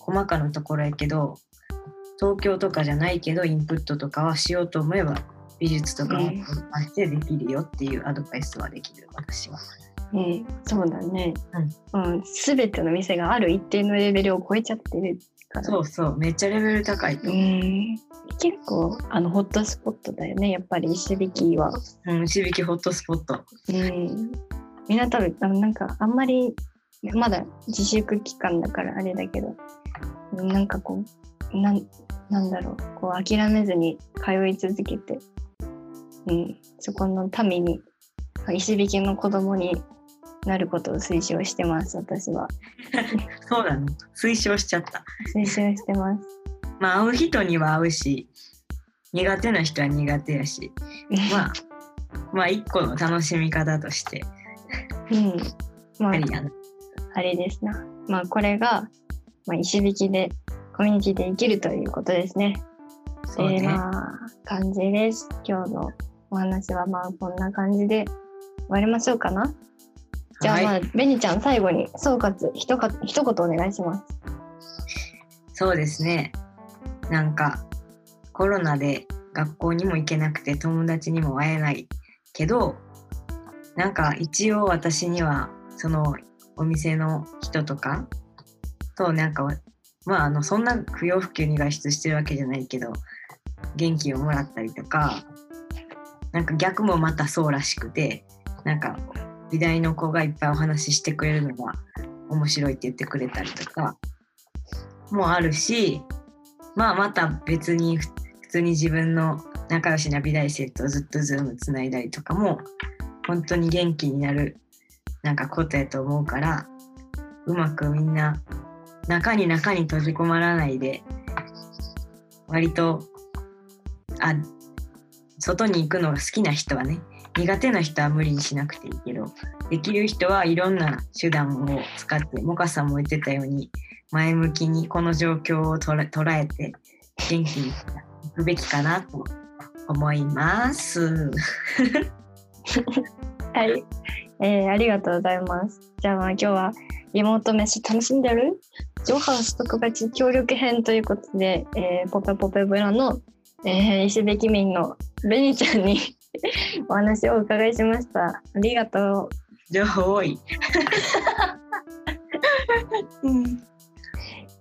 Speaker 2: 細かなところやけど東京とかじゃないけどインプットとかはしようと思えば美術とか
Speaker 1: う
Speaker 2: も
Speaker 1: ん
Speaker 2: あしてできるよっていうアドバイスはできる私は。
Speaker 1: うん、そうだね。うん、すべての店がある一定のレベルを超えちゃってるから。
Speaker 2: そうそうめっちゃレベル高いと
Speaker 1: う
Speaker 2: 思う。
Speaker 1: ん結構あのホットスポットだよねやっぱり石引きは。
Speaker 2: うん、石引きホットスポット。
Speaker 1: うん、みんな多分あのなんかあんまりまだ自粛期間だからあれだけどなんかこうなんなんだろうこう諦めずに通い続けて、うん、そこの民に石引きの子供になることを推奨してます私は
Speaker 2: そうだね。推奨しちゃった。
Speaker 1: 推奨してます。
Speaker 2: まあ会う人には会うし苦手な人は苦手やしまあ、まあ一個の楽しみ方として
Speaker 1: うんま
Speaker 2: あ
Speaker 1: あ
Speaker 2: りやな。
Speaker 1: あれですな。まあこれが、まあ、石引きでコミュニティで生きるということですね。
Speaker 2: そう
Speaker 1: えー
Speaker 2: ね。
Speaker 1: まあ感じです。今日のお話はまあこんな感じで終わりましょうかな。じゃあまあ、
Speaker 2: はい
Speaker 1: ベニちゃん最後に総括ひとか一言お願いします。
Speaker 2: そうですね。なんかコロナで学校にも行けなくて友達にも会えないけどなんか一応私にはそのお店の人とかとなんかまああのそんな不要不急に外出してるわけじゃないけど元気をもらったりとかなんか逆もまたそうらしくてなんか美大の子がいっぱいお話ししてくれるのが面白いって言ってくれたりとかもあるしまあまた別に普通に自分の仲良しな美大生とずっとズームつないだりとかも本当に元気になるなんかことやと思うからうまくみんな中に中に閉じ込まらないで割とあ外に行くのが好きな人はね苦手な人は無理にしなくていいけどできる人はいろんな手段を使ってモカさんも言ってたように前向きにこの状況をとら捉えて元気に行くべきかなと思います。
Speaker 3: はい、えーありがとうございます。じゃあまあ今日はリモート飯楽しんでるジョーハウス特別協力編ということで、えーポペポペブラの、えー石部きみんのベニちゃんに [LAUGHS] お話をお伺いしました。ありがと
Speaker 2: 情報多い。うん
Speaker 3: う。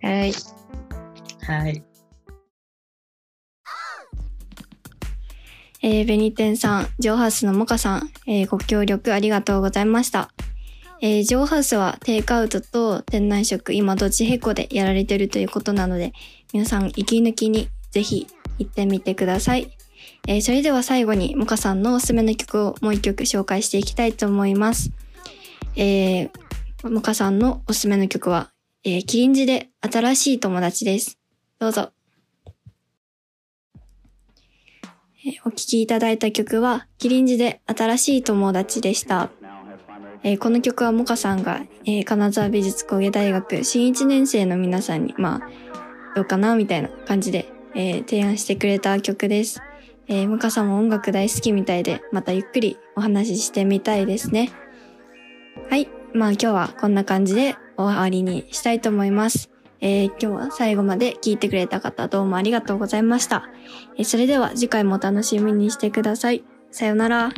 Speaker 3: はい。
Speaker 2: はい。
Speaker 1: えー、ベニテンさん、ジョーハウスのモカさん、えーご協力ありがとうございました。えージョーハウスはテイクアウトと店内食、今どっち並行でやられてるということなので、皆さん息抜きにぜひ行ってみてください。えーそれでは最後にモカさんのおすすめの曲をもう一曲紹介していきたいと思います。えー、モカさんのおすすめの曲は、えーキリンジで新しい友達です。どうぞ。えーお聴きいただいた曲は、キリンジで新しい友達でした。えーこの曲はモカさんが、えー金沢美術工芸大学新1年生の皆さんに、まあ、どうかなみたいな感じで、えー提案してくれた曲です。えーモカさんも音楽大好きみたいで、またゆっくりお話ししてみたいですね。はい。まあ今日はこんな感じで終わりにしたいと思います。えー今日は最後まで聞いてくれた方どうもありがとうございました。えーそれでは次回もお楽しみにしてください。さようなら。